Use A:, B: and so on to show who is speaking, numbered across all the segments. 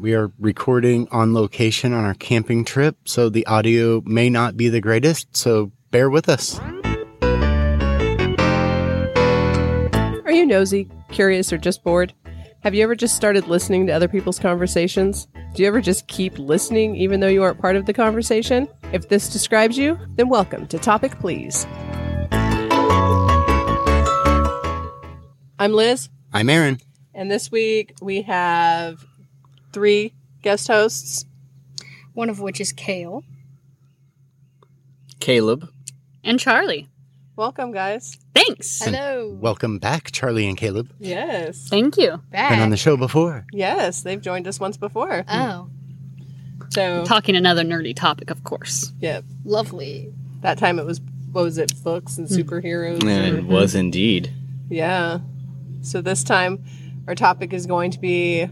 A: We are recording on location on our camping trip, so the audio may not be the greatest, so bear with us.
B: Are you nosy, curious, or just bored? Have you ever just started listening to other people's conversations? Do you ever just keep listening even though you aren't part of the conversation? If this describes you, then welcome to Topic Please. I'm Liz,
A: I'm Aaron.
B: and this week we have three guest hosts.
C: one of which is Kale.
D: Caleb.
E: and Charlie.
B: Welcome, guys.
E: Thanks.
C: Hello.
A: Welcome back, Charlie and Caleb.
B: Yes.
E: Thank you.
C: Back.
A: Been on the show before.
B: Yes, they've joined us once before.
C: oh,
B: So,
E: Talking another nerdy topic, of course.
B: yeah,
C: lovely.
B: that time it was, what was it, books and superheroes?
D: And
B: or-
D: it was indeed.
B: Yeah. So this time, our topic is going to be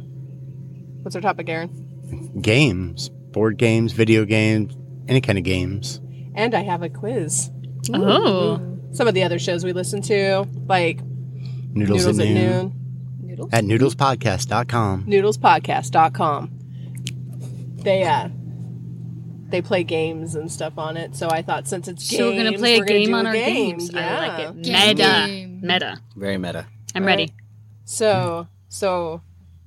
B: what's our topic, Aaron?
A: Games, board games, video games, any kind of games.
B: And I have a quiz.
E: Oh,
B: Some of the other shows we listen to, like
A: Noodles,
B: Noodles,
A: at, noon,
C: Noodle.
A: at noodlespodcast.com.
B: noodlespodcast.com. They uh they play games and stuff on it. So I thought since it's games,
E: so we're gonna play a
B: gonna
E: game
B: do
E: on
B: a
E: our
B: game.
E: games.
B: Yeah.
E: I like it.
C: Game.
E: Meta,
C: Game.
E: meta.
D: Very meta.
E: I'm
B: All
E: ready.
B: So so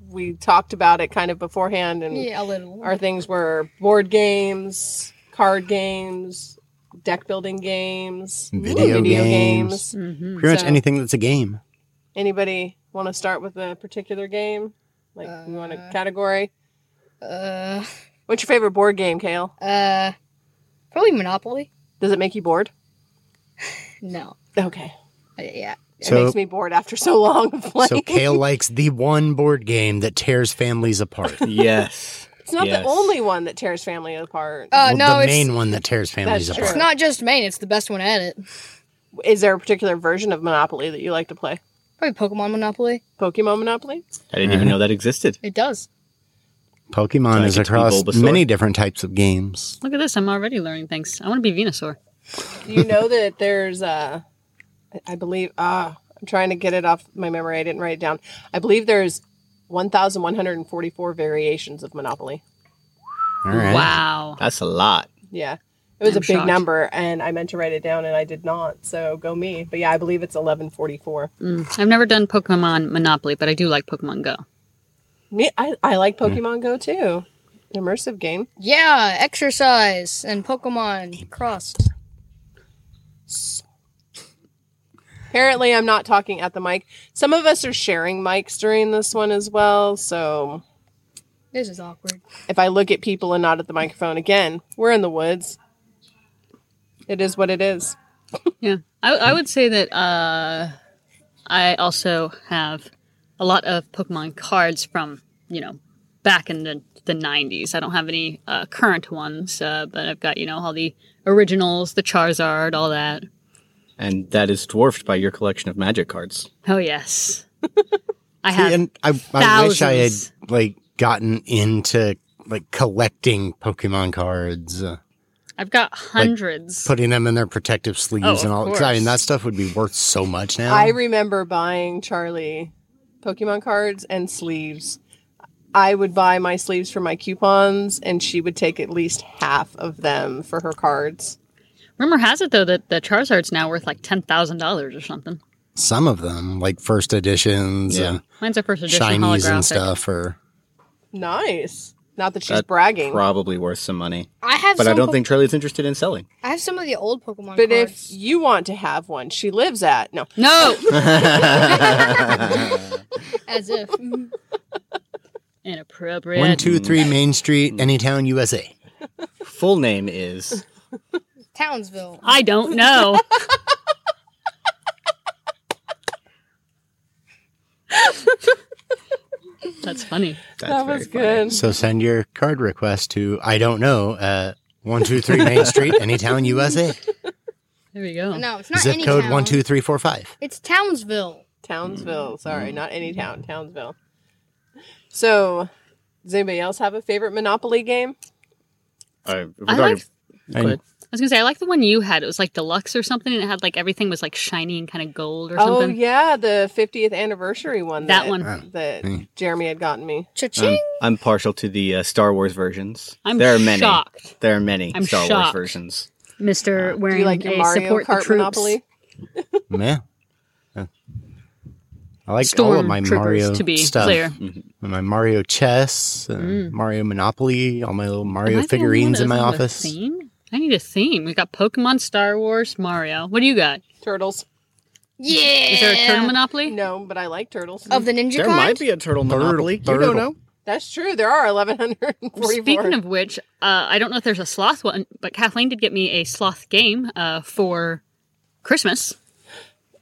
B: we talked about it kind of beforehand and
C: Yeah, a little.
B: our things were board games, card games, deck building games,
A: Video games.
E: hmm
A: Pretty much
B: So-
A: anything that's a game.
B: Anybody want to start with a particular game? Like you want a category?
C: uh,
B: What's your favorite board game, Kale?
C: uh, probably Monopoly.
B: Does it make you bored?
C: No.
B: Okay.
C: Uh, yeah.
B: It
A: So-
B: makes me bored after so long of playing.
A: So Kale likes the one board game that tears families apart.
B: Oh,
D: Yes.
B: it's not
D: yes.
B: the only one that tears family apart.
C: Uh,
A: Well,
C: no,
A: the
C: it's
A: main one that tears families
B: That's
A: apart.
C: it's not just Maine. It's the best one at it.
B: Is there a particular version of Monopoly that you like to play?
C: Probably Pokemon Monopoly.
B: Pokemon Monopoly?
D: I didn't even know that existed.
C: It does.
A: Pokemon
D: So I
A: is
D: get to be
A: across
D: Bulbasaur?
A: many different types of games.
E: Look at this. I'm already learning things. I want to be Venusaur.
B: Do you know that there's uh I- I believe ah I'm trying to get it off my memory. I didn't write it down. I believe there's 1144 variations of Monopoly.
A: All right.
E: Wow.
D: That's a lot.
B: Yeah. It was
E: I'm
B: a big
E: shocked.
B: number and I meant to write it down and I did not. So go me. But yeah, I believe it's 1144.
E: Mm. I've never done Pokemon Monopoly, but I do like Pokemon Go.
B: Me I, I like
E: Hmm.
B: Pokemon Go too. An immersive game.
C: Yeah, exercise and Pokemon crossed.
B: Apparently I'm not talking at the mic. Some of us are sharing mics during this one as well, so
C: This is awkward.
B: if I look at people and not at the microphone again, we're in the woods. It is what it is.
E: Yeah. I, I would say that uh, I also have a lot of Pokemon cards from, you know, back in the, the 90s. I don't have any uh, current ones, uh, but I've got, you know, all the originals, the Charizard, all that.
D: And that is dwarfed by your collection of magic cards.
E: Oh, yes. I
A: See,
E: have.
A: and I, I wish I had
E: thousands.
A: like gotten into like collecting Pokemon cards, uh,
E: I've got hundreds.
A: putting them in their protective sleeves
E: Oh, of
A: and all. 'cause I mean,
E: course.
A: that stuff would be worth so much now.
B: I remember buying Charlie Pokemon cards and sleeves. I would buy my sleeves for my coupons, and she would take at least half of them for her cards.
E: Rumor has it, though, that the Charizard's now worth like $10,000 or something.
A: Some of them, like first editions
D: Yeah.
A: and
E: Mine's a first edition
A: shinies
E: holographic.
A: and stuff, or
B: Nice. Not that she's
D: That's
B: bragging,
D: Probably worth some money.
C: I have.
D: But
C: some
D: I don't
C: Po-
D: think Charlie's interested in selling.
C: I have some of the old Pokemon.
B: but if
C: cards.
B: you want to have one, she lives at no.
E: No!
C: as if Mm-hmm.
E: Inappropriate.
A: one, two, three Main Street, Anytown, USA.
D: Full name is
C: Townsville.
E: I don't know. That's funny.
D: that's
B: that
D: very
B: was
D: funny.
B: good.
A: So send your card request to I don't know at one two three Main Street, Anytown, USA.
E: There we go.
C: No, it's not
A: Zip
C: any
A: code
C: town.
A: one two three four five.
C: It's Townsville.
D: Mm.
B: Townsville. Sorry, not any town. Townsville. So, does anybody else have a favorite Monopoly game?
D: Uh, if we're
E: I
D: talking-
E: like-
D: Go ahead.
E: I was gonna say I like the one you had. It was like deluxe or something, and it had like everything was like shiny and kind of gold or
B: Oh
E: something.
B: yeah, the 50th anniversary one.
E: That one.
B: that
A: Mm.
B: Jeremy had gotten me.
C: Cha-ching.
D: I'm, I'm partial to the uh, Star Wars versions.
E: I'm
D: there are many.
E: shocked.
D: There are many
E: I'm
D: Star
E: shocked.
D: Wars versions.
E: Mister
B: Do
E: wearing
B: you like your
E: a
B: Mario
E: support
B: Kart
E: the troops.
B: Monopoly?
A: Meh. Uh, I like all of my
E: Stormtroopers,
A: Mario
E: to be
A: stuff.
E: clear.
A: And My Mario chess, uh,
E: Mm.
A: Mario Monopoly, all my little
E: Am I the
A: Mario
E: only
A: figurines
E: one
A: in my
E: that doesn't have a
A: office.
E: theme? I need a theme. We got Pokemon, Star Wars, Mario. What do you got?
B: Turtles.
C: Yeah.
E: Is there a
B: Eh,
E: turn monopoly?
B: No, but I like turtles.
E: Oh.
C: of the ninja kind?
D: be a turtle
A: monopoly. You don't know.
B: That's true. There are 1144.
E: Speaking of which, uh, I don't know if there's a sloth one, but Kathleen did get me a sloth game uh, for Christmas.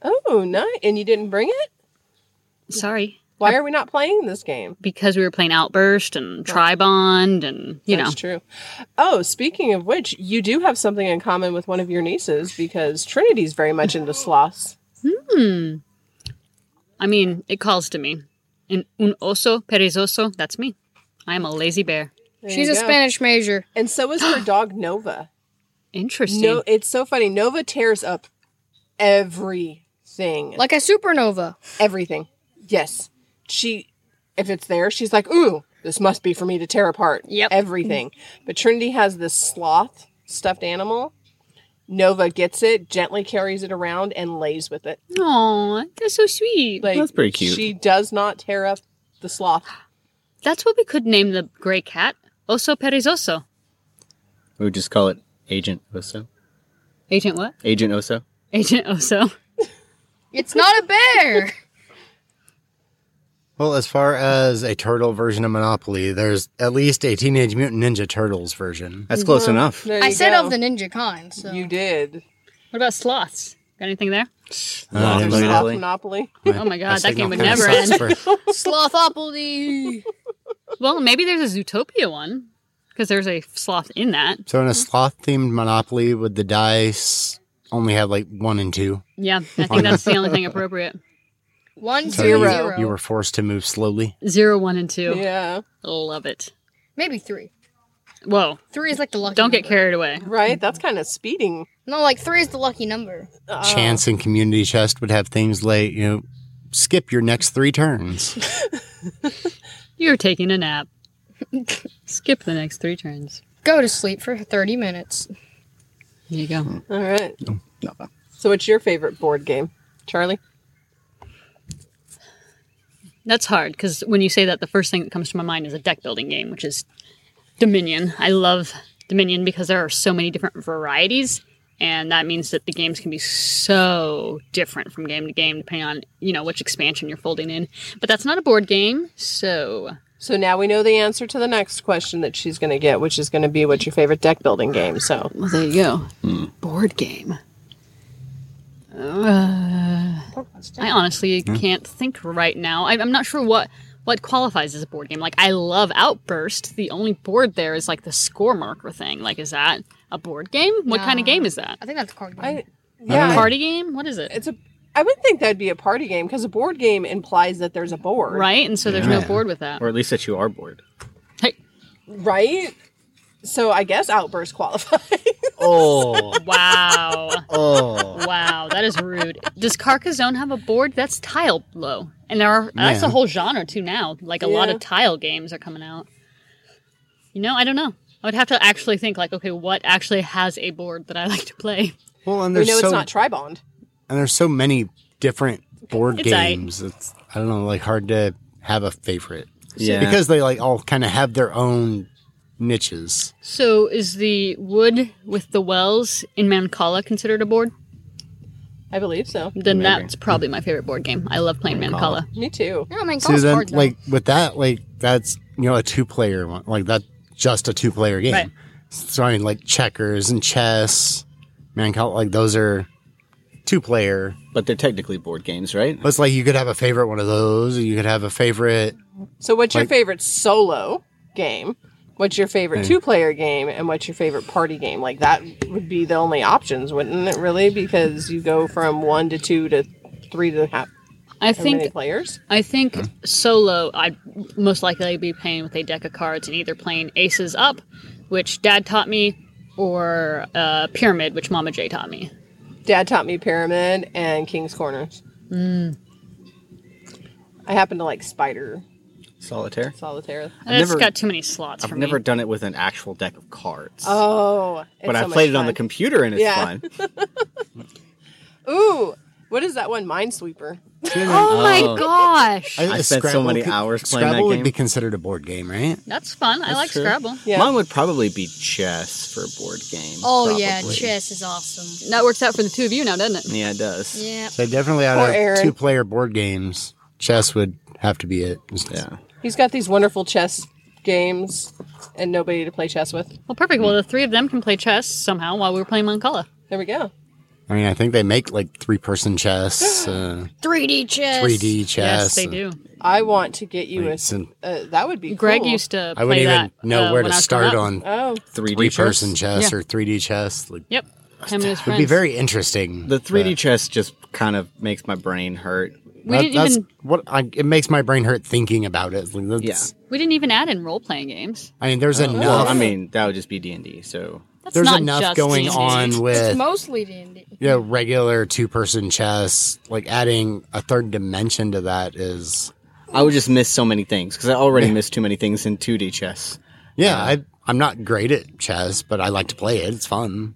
B: oh, nice. And you didn't bring it?
E: Sorry,
B: Why are we not playing this game?
E: because we were playing Outburst and Tribond, and you know,
B: That's true. Oh, speaking of which, you do have something in common with one of your nieces because Trinity's very much into sloths.
E: I mean, it calls to me. And un oso perezoso, that's me. I am a lazy bear.
B: There
C: She's
B: you
C: a
B: go.
C: Spanish major.
B: And so is her dog Nova.
E: Interesting.
B: No, it's so funny. Nova tears up everything.
C: Like a supernova.
B: everything. Yes. She if it's there, she's like, "Ooh, this must be for me to tear apart."
E: Yep.
B: Everything. But Trinity has this sloth stuffed animal. Nova gets it, gently carries it around and lays with it.
E: Aw, that's so sweet.
B: Like
D: That's pretty cute.
B: She does not tear up the sloth.
E: that's what we could name the gray cat. Oso perezoso.
D: We would just call it Agent Oso.
E: Agent what?
D: Agent Oso.
E: Agent Oso.
C: It's not a bear.
A: Well, as far as a turtle version of Monopoly, there's at least a Teenage Mutant Ninja Turtles version.
D: That's close enough.
B: There
C: I
B: you
C: said
B: go.
C: of the ninja kind. So
B: You did.
E: What about sloths? Got anything there?
A: Uh,
B: There's
A: look at
B: sloth
D: Monopoly.
B: monopoly.
A: that.
E: Oh my God,
A: I
E: that
A: signal
E: game would
A: kinda
E: never
A: sucks for-
C: Slothopoly.
E: Well, maybe there's a Zootopia one because there's a sloth in that.
A: so in a sloth themed Monopoly, would the dice only have like one and two?
E: Yeah, I think that's the only thing appropriate.
C: One
A: So
C: zero.
A: you-
C: zero.
A: You were forced to move slowly.
E: Zero, one, and two.
B: Yeah.
E: Love it.
C: Maybe three.
E: Whoa!
C: Three is like the lucky.
E: Don't get
C: number.
E: carried away.
B: Right? That's kind of speeding.
C: No, like three is the lucky number.
B: Uh,
A: Chance and Community Chest would have things like, you know, skip your next three turns.
E: You're taking a nap. Skip the next three turns.
C: Go to sleep for thirty minutes.
E: There you go.
B: All right. So what's your favorite board game? Charlie?
E: That's hard because when you say that, the first thing that comes to my mind is a deck building game, which is Dominion. I love Dominion because there are so many different varieties, and that means that the games can be so different from game to game depending on you know which expansion you're folding in. But that's not a board game, so
B: So now we know the answer to the next question that she's going to get, which is going to be what's your favorite deck building game. So
E: well there you go. Board game. I honestly can't think right now. I, I'm not sure what what qualifies as a board game. Like I love Outburst. The only board there is like the score marker thing. Like is that a board game? What kind of game is that?
C: I think that's a card game.
B: I yeah,
E: Party game? What is it?
B: it's a I would think that'd be a party game because a board game implies that there's a board,
E: right? And so there's no board with that.
D: Or at least that you are bored.
E: Hey,
B: Right? So I guess Outburst qualifies.
D: Oh,
E: wow.
D: oh.
E: wow, that is rude. Does Carcassonne have a board? That's tile low. And there are that's
A: Yeah.
E: a whole genre too now. Like a lot
B: Yeah.
E: of tile games are coming out. You know, I don't know. I would have to actually think like, okay, what actually has a board that I like to play?
A: Well, and
B: we
A: there's
B: know
A: so
B: it's not Tribond.
A: and there's so many different board
E: It's aight.
A: games. It's I don't know, like hard to have a favorite.
D: Yeah.
A: because they like all kind of have their own niches.
E: So is the wood with the wells in Mancala considered a board?
B: I believe so.
E: Then
D: Maybe.
E: that's probably my favorite board game. I love playing Mancala.
B: Me too.
C: No, man,
A: So
C: golf's
A: then,
C: hard, though.
A: like with that, like that's you know a two player one, like that just a two player game.
E: Right.
A: So I mean, like checkers and chess, man, count- like those are two player.
D: But they're technically board games, right?
A: But it's like you could have a favorite one of those, or you could have a favorite.
B: So what's your
A: Like- Hmm.
B: favorite solo game? What's your favorite two-player game and what's your favorite party game? Like that would be the only options, wouldn't it really? Because you go from 1 to 2 to 3 to half
E: I
B: how
E: think
B: many players.
E: I think solo, I'd most likely be playing with a deck of cards and either playing aces up, which dad taught me or uh, Pyramid, which Mama J taught me.
B: Dad taught me Pyramid and King's Corners. Mm. I happen to like Spider
D: Solitaire.
B: Solitaire.
E: And it's
D: never-
E: got too many slots
D: I've
E: for
D: never
E: me.
D: done it with an actual deck of cards.
B: Oh, it's
D: but
B: so
D: I
B: much
D: played it on the
B: fun.
D: computer and it's
B: Yeah.
D: fun.
B: Ooh, what is that one? Minesweeper.
E: Oh,
D: Oh.
E: my gosh,
D: I spent so many hours playing that
A: Scrabble
D: game.
A: would be considered a board game, right?
E: that's fun. I like
D: true.
E: Scrabble.
B: Yeah.
D: Mine would probably be chess for a board game.
C: Oh yeah,
D: probably.
C: chess is awesome.
E: That works out for the two of you now, doesn't it?
D: Yeah, it does.
C: Yeah.
A: So definitely out
B: Or
A: of
B: Aaron.
A: two player board games, chess would have to be it.
D: Yeah.
B: He's got these wonderful chess games and nobody to play chess with.
E: Well, perfect. Well, the three of them can play chess somehow while we were playing Moncala.
B: There we go.
A: I mean, I think they make like three person chess, uh,
C: 3D chess.
A: 3D chess.
E: Yes, they
A: and-
E: do.
B: I want to get you a.
A: It's an-
B: Uh, that would be
E: Greg
B: cool.
E: used to. Play
A: I wouldn't even
E: that,
A: know
E: uh,
A: where
E: when
A: to
E: I was growing
A: start
E: up.
A: on
B: Oh,
D: Three
A: three person
D: chess.
A: chess
E: Yeah.
A: or 3D chess. Like,
E: Yep, him and his
A: would
E: friends.
A: be very interesting.
D: The 3D
A: but
D: chess just kind of makes my brain hurt.
E: We
A: that-
E: didn't
A: that's
E: even
A: what I, it makes my brain hurt thinking about it. Like, that's-
E: we didn't even add in role playing games.
A: I mean, there's enough.
D: Well, I mean, that would just be D&D, so
E: That's
A: there's
E: not
A: enough
E: just
A: going
E: D&D.
A: on
C: It's
A: with
C: mostly D&D.
A: you know, regular two person chess. Like adding a third dimension to that is
D: I would just miss so many things because I already miss too many things in 2D chess.
A: Yeah, I, uh, I'm not great at chess, but I like to play it. It's fun.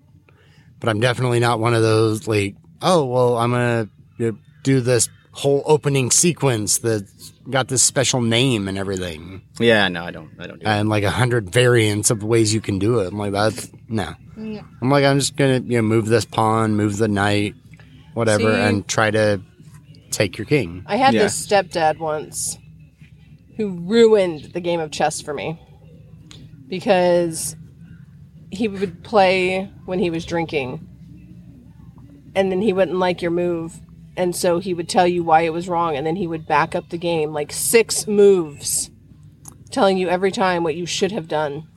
A: But I'm definitely not one of those like, oh, well, I'm gonna you know, do this whole opening sequence that's got this special name and everything,
D: Yeah, no, I don't. I don't do that.
A: and like a hundred variants of ways you can do it. I'm like, that's no.
C: No.
A: I'm like, I'm just gonna you know move this pawn, move the knight, whatever,
B: See?
A: and try to take your king.
B: I had
D: Yeah.
B: this stepdad once who ruined the game of chess for me because he would play when he was drinking and then he wouldn't like your move and so he would tell you why it was wrong and then he would back up the game like six moves telling you every time what you should have done.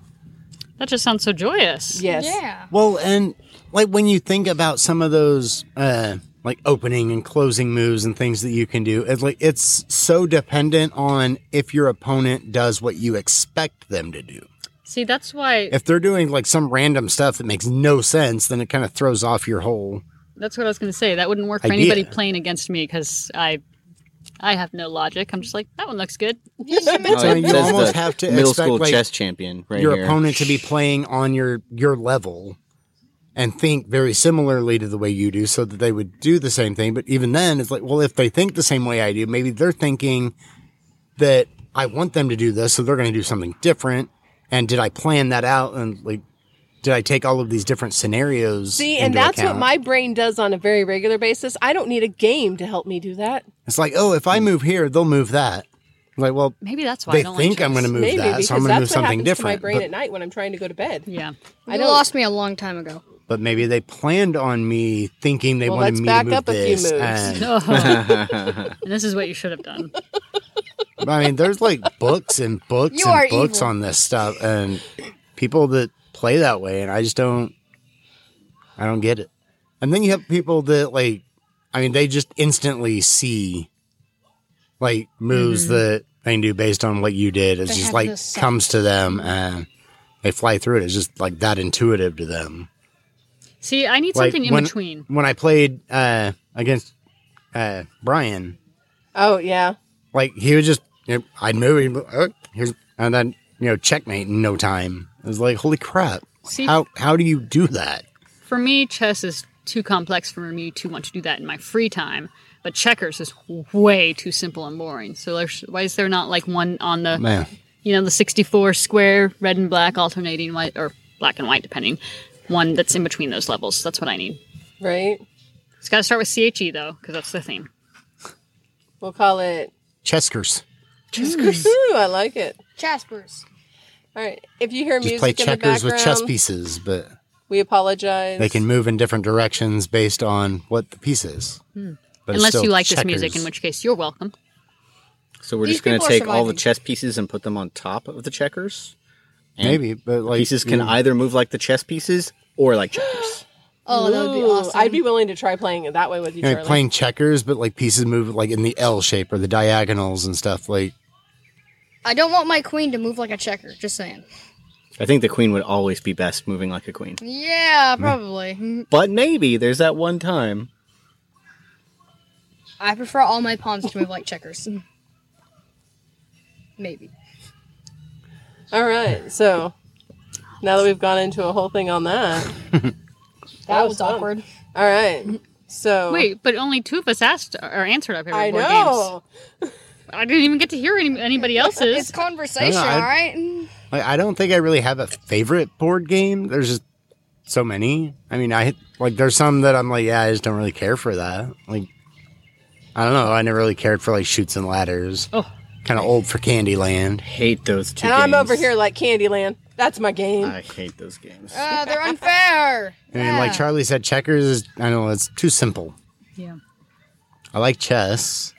E: That just sounds so joyous.
B: Yes.
C: Yeah.
A: Well, and like when you think about some of those uh like opening and closing moves and things that you can do, it's like it's so dependent on if your opponent does what you expect them to do.
E: See, that's why
A: If they're doing like some random stuff that makes no sense, then it kind of throws off your whole
E: that's what I was going to say. That wouldn't work for
A: Idea.
E: anybody playing against me because I I have no logic. I'm just like that one looks good.
D: Oh,
A: So
D: it
A: you
D: says
A: almost
D: the
A: have to
D: middle
A: expect,
D: school
A: like,
D: chess champion right
A: your
D: here.
A: opponent to be playing on your your level and think very similarly to the way you do so that they would do the same thing but even then it's like well if they think the same way I do maybe they're thinking that I want them to do this so they're going to do something different and did I plan that out and like did I take all of these different scenarios
B: See, and
A: into
B: that's
A: account?
B: what my brain does on a very regular basis. I don't need a game to help me do that.
A: It's like oh if I move here they'll move that like well
E: Maybe that's why I
A: they
E: don't
A: think
E: like
A: I'm going to
E: chess.
A: move
B: Maybe
A: that
B: because
A: so I'm going to move
B: that's what
A: something
B: happens
A: different
B: to my brain
A: but-
B: at night when I'm trying to go to bed.
E: Yeah,
C: I
B: don't-
C: lost me a long time ago.
A: but maybe they planned on me thinking they
B: Well,
A: wanted
B: let's
A: me
B: back
A: to move
B: up a few
A: this.
B: moves.
A: and-
E: and Oh, this is what you should have done.
A: I mean, there's like books and books
C: You are
A: and books
C: evil.
A: on this stuff, and people that play that way, and I just don't, I don't get it. And then you have people that like, I mean, they just instantly see like moves
B: Mm-hmm.
A: that they do based on what you did. It's
C: They
A: just
C: have
A: like
C: this sense.
A: comes to them and they fly through it. It's just like that intuitive to them.
E: See, I need
A: Like,
E: something in
A: when-
E: between.
A: When I played uh, against uh, Brian,
B: Oh, yeah.
A: like he would just you know, I'd move he'd be, "Oh, here's and then you know checkmate in no time. It was like holy crap!
E: See-
A: how how do you do that?
E: For me, chess is too complex for me to want to do that in my free time. But checkers is way too simple and boring. So there's, why is there not like one on the
A: Man,
E: you know the 64 square red and black alternating white or black and white depending one that's in between those levels that's what i need
B: Right?
E: it's got to start with che though because that's the theme
B: We'll call it.
A: Cheskers.
B: Ooh, I like it.
C: Jaspers.
B: All right. If you hear
A: Just
B: music
A: play
B: in the
A: checkers with chess
B: background,
A: pieces, but
B: we apologize.
A: they can move in different directions based on what the piece is. But it's
E: Hmm. unless
A: still
E: you like this
A: checkers.
E: music in which case you're welcome
D: so we're
C: These
D: just going to
C: people are
D: take all the
C: surviving.
D: chess pieces and put them on top of the checkers. And
A: maybe, but like mm.
D: pieces can
A: you-
D: either move like the chess pieces or like checkers.
C: Oh, that would be
B: Ooh,
C: awesome.
B: I'd be willing to try playing it that way with
A: you
B: you,
A: know,
B: Charlie.
A: playing checkers, but like pieces move like in the L shape or the diagonals and stuff. Like
C: I don't want my queen to move like a checker. Just saying.
D: I think the queen would always be best moving like a queen.
C: Yeah, probably.
D: But maybe there's that one time.
C: I prefer all my pawns to move like checkers. Maybe.
B: All right. So now that we've gone into a whole thing on that,
C: That,
B: was
C: was
B: fun.
C: awkward.
B: all right.
A: Oh.
B: So
E: Wait, but only two of us asked or answered our favorite
B: I
E: board games.
B: know.
E: I didn't even get to hear any, anybody
C: It's
E: else's.
C: conversation,
A: I-
C: all right?
A: Like, I don't think I really have a favorite board game. There's just so many. I mean, I like there's some that I'm like, yeah, I just don't really care for that. Like, I don't know. I never really cared for like shoots and ladders.
E: Oh.
A: kind of old for Candyland.
D: Hate those two
B: And
D: games.
B: I'm over here like Candyland. That's my game.
D: I hate those games.
C: Ah, they're unfair.
A: I mean, like
C: Ah.
A: Charlie said, checkers. is I don't know. It's too simple.
E: Yeah.
A: I like chess.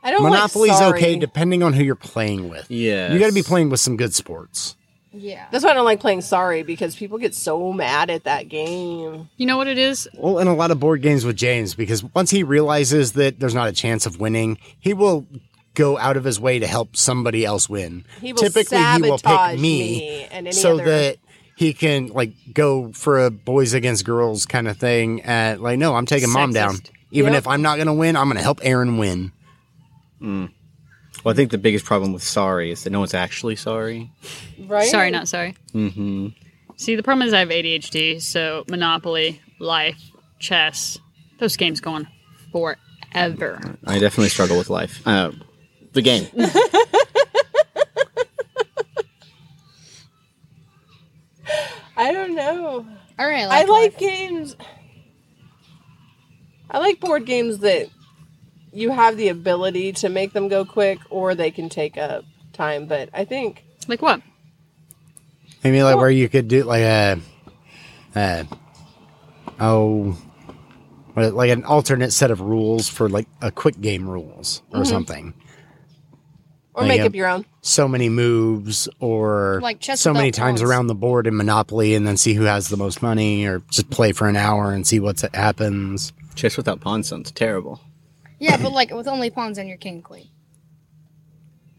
B: I don't
A: Monopoly's
B: like sorry.
A: okay depending on who you're playing with.
D: Yeah.
A: You got to be playing with some good sports.
C: Yeah.
B: That's why I don't like playing Sorry because people get so mad at that game.
E: You know what it is?
A: Well, in a lot of board games with James, because once he realizes that there's not a chance of winning, he will go out of his way to help somebody else win.
B: He will sabotage me and any
A: so
B: other-
A: that he can like go for a boys against girls kind of thing. At like, no, I'm taking mom down.
E: Sexist.
A: Even
B: Yep.
A: if I'm not gonna win, I'm gonna help Aaron win.
D: Well, I think the biggest problem with sorry is that no one's actually sorry.
B: Right?
E: Sorry, not sorry.
D: Mm-hmm.
E: See, the problem is I have ADHD, so Monopoly, Life, Chess, those games go on forever.
D: I definitely struggle with life. Uh, the game.
B: I don't know.
C: All right.
B: I like
C: life.
B: games. I like board games that you have the ability to make them go quick or they can take up time. But I think
E: Like what?
A: Maybe like where you could do like a, uh, oh, what- like an alternate set of rules for like a quick game rules or
B: Mm-hmm.
A: something.
B: or
A: Like,
B: make
A: um,
B: up your own.
A: So many moves or
C: Like chess
A: so many
C: without
A: times
C: pawns.
A: around the board in Monopoly and then see who has the most money or just play for an hour and see what happens.
D: Chess without pawn sounds terrible.
C: Yeah, but like with only pawns and your king and queen.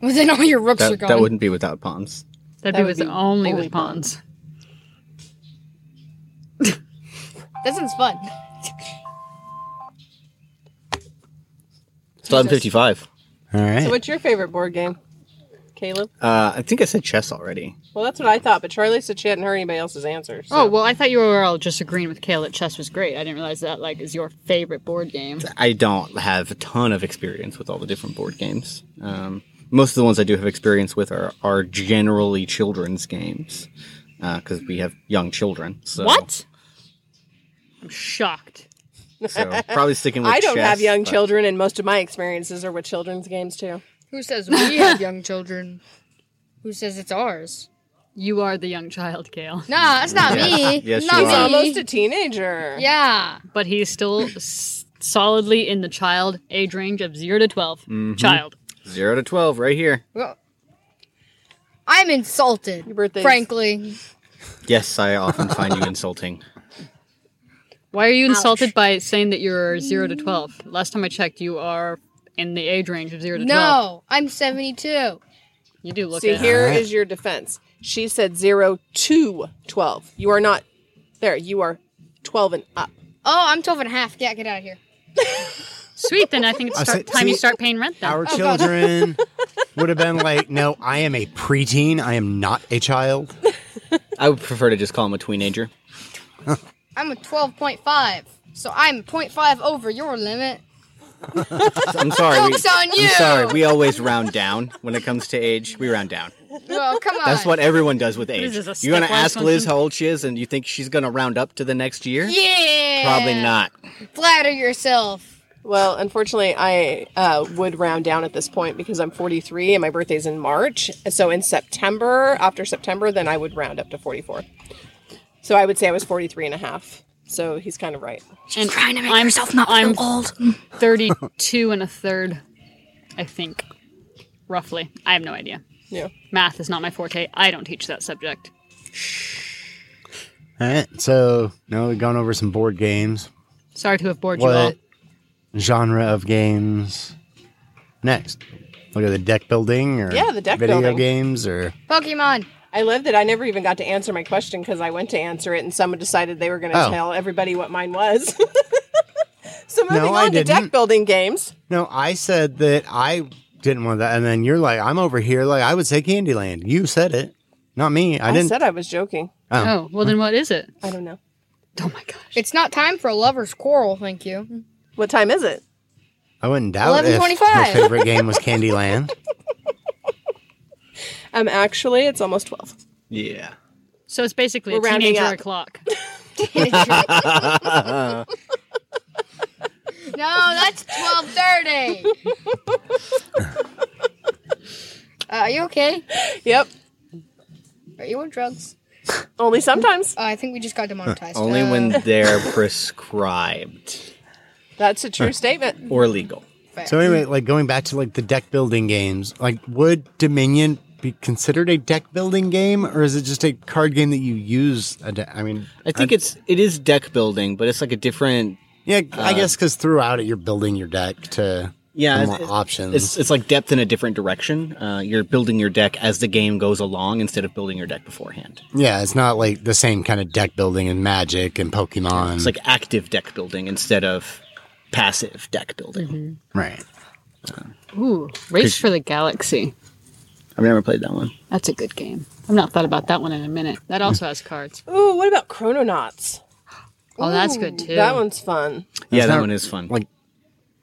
C: Well, then all your rooks are
D: That,
C: gone.
D: that wouldn't be without pawns.
E: That'd
B: That
E: be
B: would
E: with
B: be
E: only
B: only
E: with pawns.
C: That sounds fun.
D: It's 1155.
A: All right.
B: So, what's your favorite board game, Caleb?
D: Uh, I think I said chess already.
B: Well, that's what I thought, but Charlie said she hadn't heard anybody else's answer. so-
E: Oh, well, I thought you were all just agreeing with Kale that chess was great. I didn't realize that, like, is your favorite board game.
D: I don't have a ton of experience with all the different board games. Um, most of the ones I do have experience with are, are generally children's games because we have young children. So,
E: What? I'm shocked.
D: So probably sticking with
B: I don't
D: chess,
B: have young
D: but-
B: children, and most of my experiences are with children's games too.
C: Who says we have young children? Who says it's ours?
E: You are the young child, Kale.
C: Nah, that's not me.
D: Yes. Yes,
C: not
D: you
C: me.
D: are.
B: Almost a teenager.
C: Yeah.
E: But he's still s- solidly in the child age range of 0 to 12.
A: Mm-hmm.
E: Child.
D: Zero to 12 right here.
C: Well, I'm insulted.
B: Your birthday's-
C: Frankly,
D: Yes, I often find you insulting.
E: Why are you insulted by saying that you're 0 to 12? Last time I checked, you are in the age range of 0 to 12.
C: no. I'm 72.
E: You do look
B: See,
E: at
B: here is
A: Alright.
B: your defense. She said zero to 12. You are not there. You are 12 and up.
C: Oh, I'm 12 and a half. Yeah, get out of here.
E: Sweet, then I think it's
A: I
E: start,
A: see-
E: time you
A: see-
E: start paying rent then.
B: Oh,
A: Our children would have been like, no, I am a preteen. I am not a child.
D: I would prefer to just call him a teenager.
C: I'm a 12.5, so I'm 0.5 over your limit.
D: I'm sorry. we-
C: Joke's on you.
D: I'm sorry. We always round down when it comes to age. We round down.
C: Well, come on.
D: That's what everyone does with age.
E: is this, a
D: You're gonna
E: stepwise
D: ask Liz
E: function?
D: how old she is, and you think she's gonna round up to the next year?
C: Yeah.
D: Probably not.
C: Flatter yourself.
B: Well, unfortunately, I uh, would round down at this point because I'm 43 and my birthday's in March. So in September, after September, then I would round up to 44. So I would say I was 43 and a half. So he's kind of right.
E: and trying to make I'm, yourself not I'm old. 32 and a third, I think, roughly. I have no idea.
B: Yeah.
E: Math is not my forte. I don't teach that subject.
A: All right. So now we've gone over some board games.
E: Sorry to have bored you all.
A: What genre of games next? Look at the deck building or
B: Yeah, the deck
A: video
B: building.
A: games or
C: Pokemon.
B: I love that I never even got to answer my question because I went to answer it and someone decided they were going to
A: Oh.
B: tell everybody what mine was. so moving
A: No,
B: on
A: I
B: to deck
A: didn't.
B: building games.
A: No, I said that I didn't want that, and then you're like, I'm over here. Like I would say Candyland. You said it, not me. I
B: I,
A: didn't.
B: said I was joking.
E: Oh, well, then what is it?
B: I don't know.
E: Oh my gosh.
C: It's not time for a lover's quarrel, thank you.
B: What time is it?
A: I wouldn't doubt if your
C: 11:25.
A: favorite game was Candyland.
B: Um, actually, it's almost 12.
D: Yeah.
E: So it's basically
B: We're
E: a
B: rounding
E: teenager
B: up.
E: o'clock.
C: no, that's twelve thirty. uh, are you okay?
B: Yep.
C: Are you on drugs?
B: Only sometimes.
C: Uh, I think we just got demonetized.
D: Only
C: Uh,
D: when they're prescribed
B: That's a true statement.
D: or legal.
C: fair.
A: So anyway, like going back to like the deck building games, like would Dominion be considered a deck building game, or is it just a card game that you use? A deck? I mean,
D: I think it's it is deck building, but it's like a different
A: yeah, I guess because throughout it you're building your deck to
D: Uh, yeah
A: for
D: it's-
A: more
D: it's-
A: options.
D: It's it's like depth in a different direction. Uh, you're building your deck as the game goes along instead of building your deck beforehand.
A: yeah, it's not like the same kind of deck building in Magic and Pokemon.
D: It's like active deck building instead of passive deck building.
A: right.
E: Ooh, Race for the Galaxy.
D: I've never played that one.
E: That's a good game. I've not thought about that one in a minute. That also has cards.
B: Ooh, what about Chrononauts?
E: Oh, that's good too.
B: That one's fun.
D: yeah, that
A: not
D: one is fun.
A: like-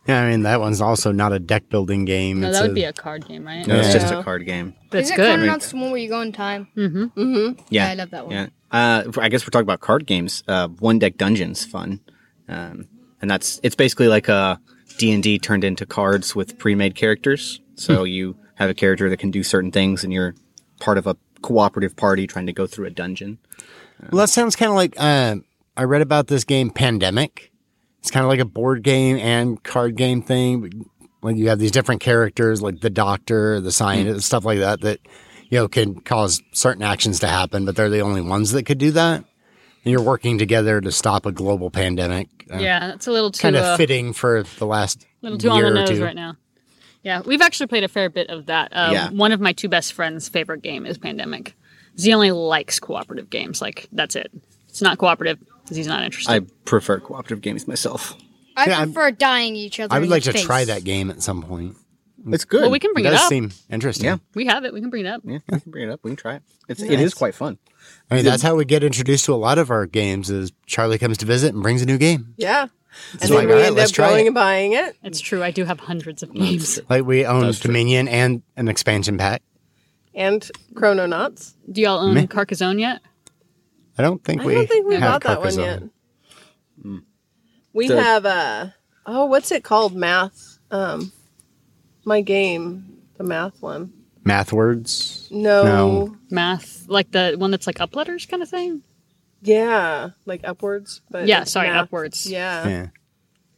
A: Yeah, I mean that one's also not a deck building game.
E: No,
A: it's
E: Oh, that would be a card game, right?
D: no, it's just
B: Yeah.
D: a card game.
E: But it's
C: Isn't
E: good.
C: Chrononauts the one where you go in time?
D: Yeah,
C: I love that one.
D: Yeah, uh, I guess we're talking about card games. Uh, one deck dungeons fun, um, and that's it's basically like a D and D turned into cards with pre-made characters. So
A: Hmm.
D: you have a character that can do certain things, and you're part of a cooperative party trying to go through a dungeon.
A: Well, that sounds kind of like uh, I read about this game, Pandemic. It's kind of like a board game and card game thing. but, Like you have these different characters, like the doctor, the
E: Mm.
A: scientist, stuff like that, that you know can cause certain actions to happen, but they're the only ones that could do that. And you're working together to stop a global pandemic. Uh,
E: yeah, that's a little too
A: kind of
E: uh,
A: fitting for the last
E: little too
A: year
E: on the
A: or
E: nose
A: two.
E: right now. Yeah, we've actually played a fair bit of that. Um,
D: Yeah.
E: One of my two best friends' favorite game is Pandemic. 'Cause He only likes cooperative games. Like that's it. It's not cooperative because he's not interested.
D: I prefer cooperative games myself.
C: I
A: Yeah, I'm-
C: prefer dying each other.
A: I would
C: in
A: like
C: the
A: to try
C: face.
A: that game at some point.
D: It's good.
E: well, we can bring
A: it
E: it,
A: does
E: up.
A: seem interesting.
D: Yeah.
E: we have it. We can bring it up.
D: yeah, we can bring it up. We can try it. It's, It is quite fun.
A: I mean, that's how we get introduced to a lot of our games. Is Charlie comes to visit and brings a new game.
B: Yeah.
A: like,
B: And then we
A: all right,
B: end
A: let's
B: up
A: try
B: going
A: it.
B: and buying it.
E: It's true. I do have hundreds of games.
A: Like we own Dominion and an expansion pack.
B: And Chrononauts.
E: Do y'all own Carcassonne yet?
A: I don't think
B: I
A: we.
B: don't think we
A: have
B: bought that one
A: Carcassonne.
B: yet. We
D: The-
B: have a oh, what's it called? Math. Um, my game, the math one.
A: Math words.
B: No.
A: No.
E: Math, like the one that's like up letters kind of thing.
B: Yeah, like upwards. But
E: Yeah,
B: it's
E: sorry,
B: Uh, math.
E: upwards.
B: Yeah.
A: Yeah.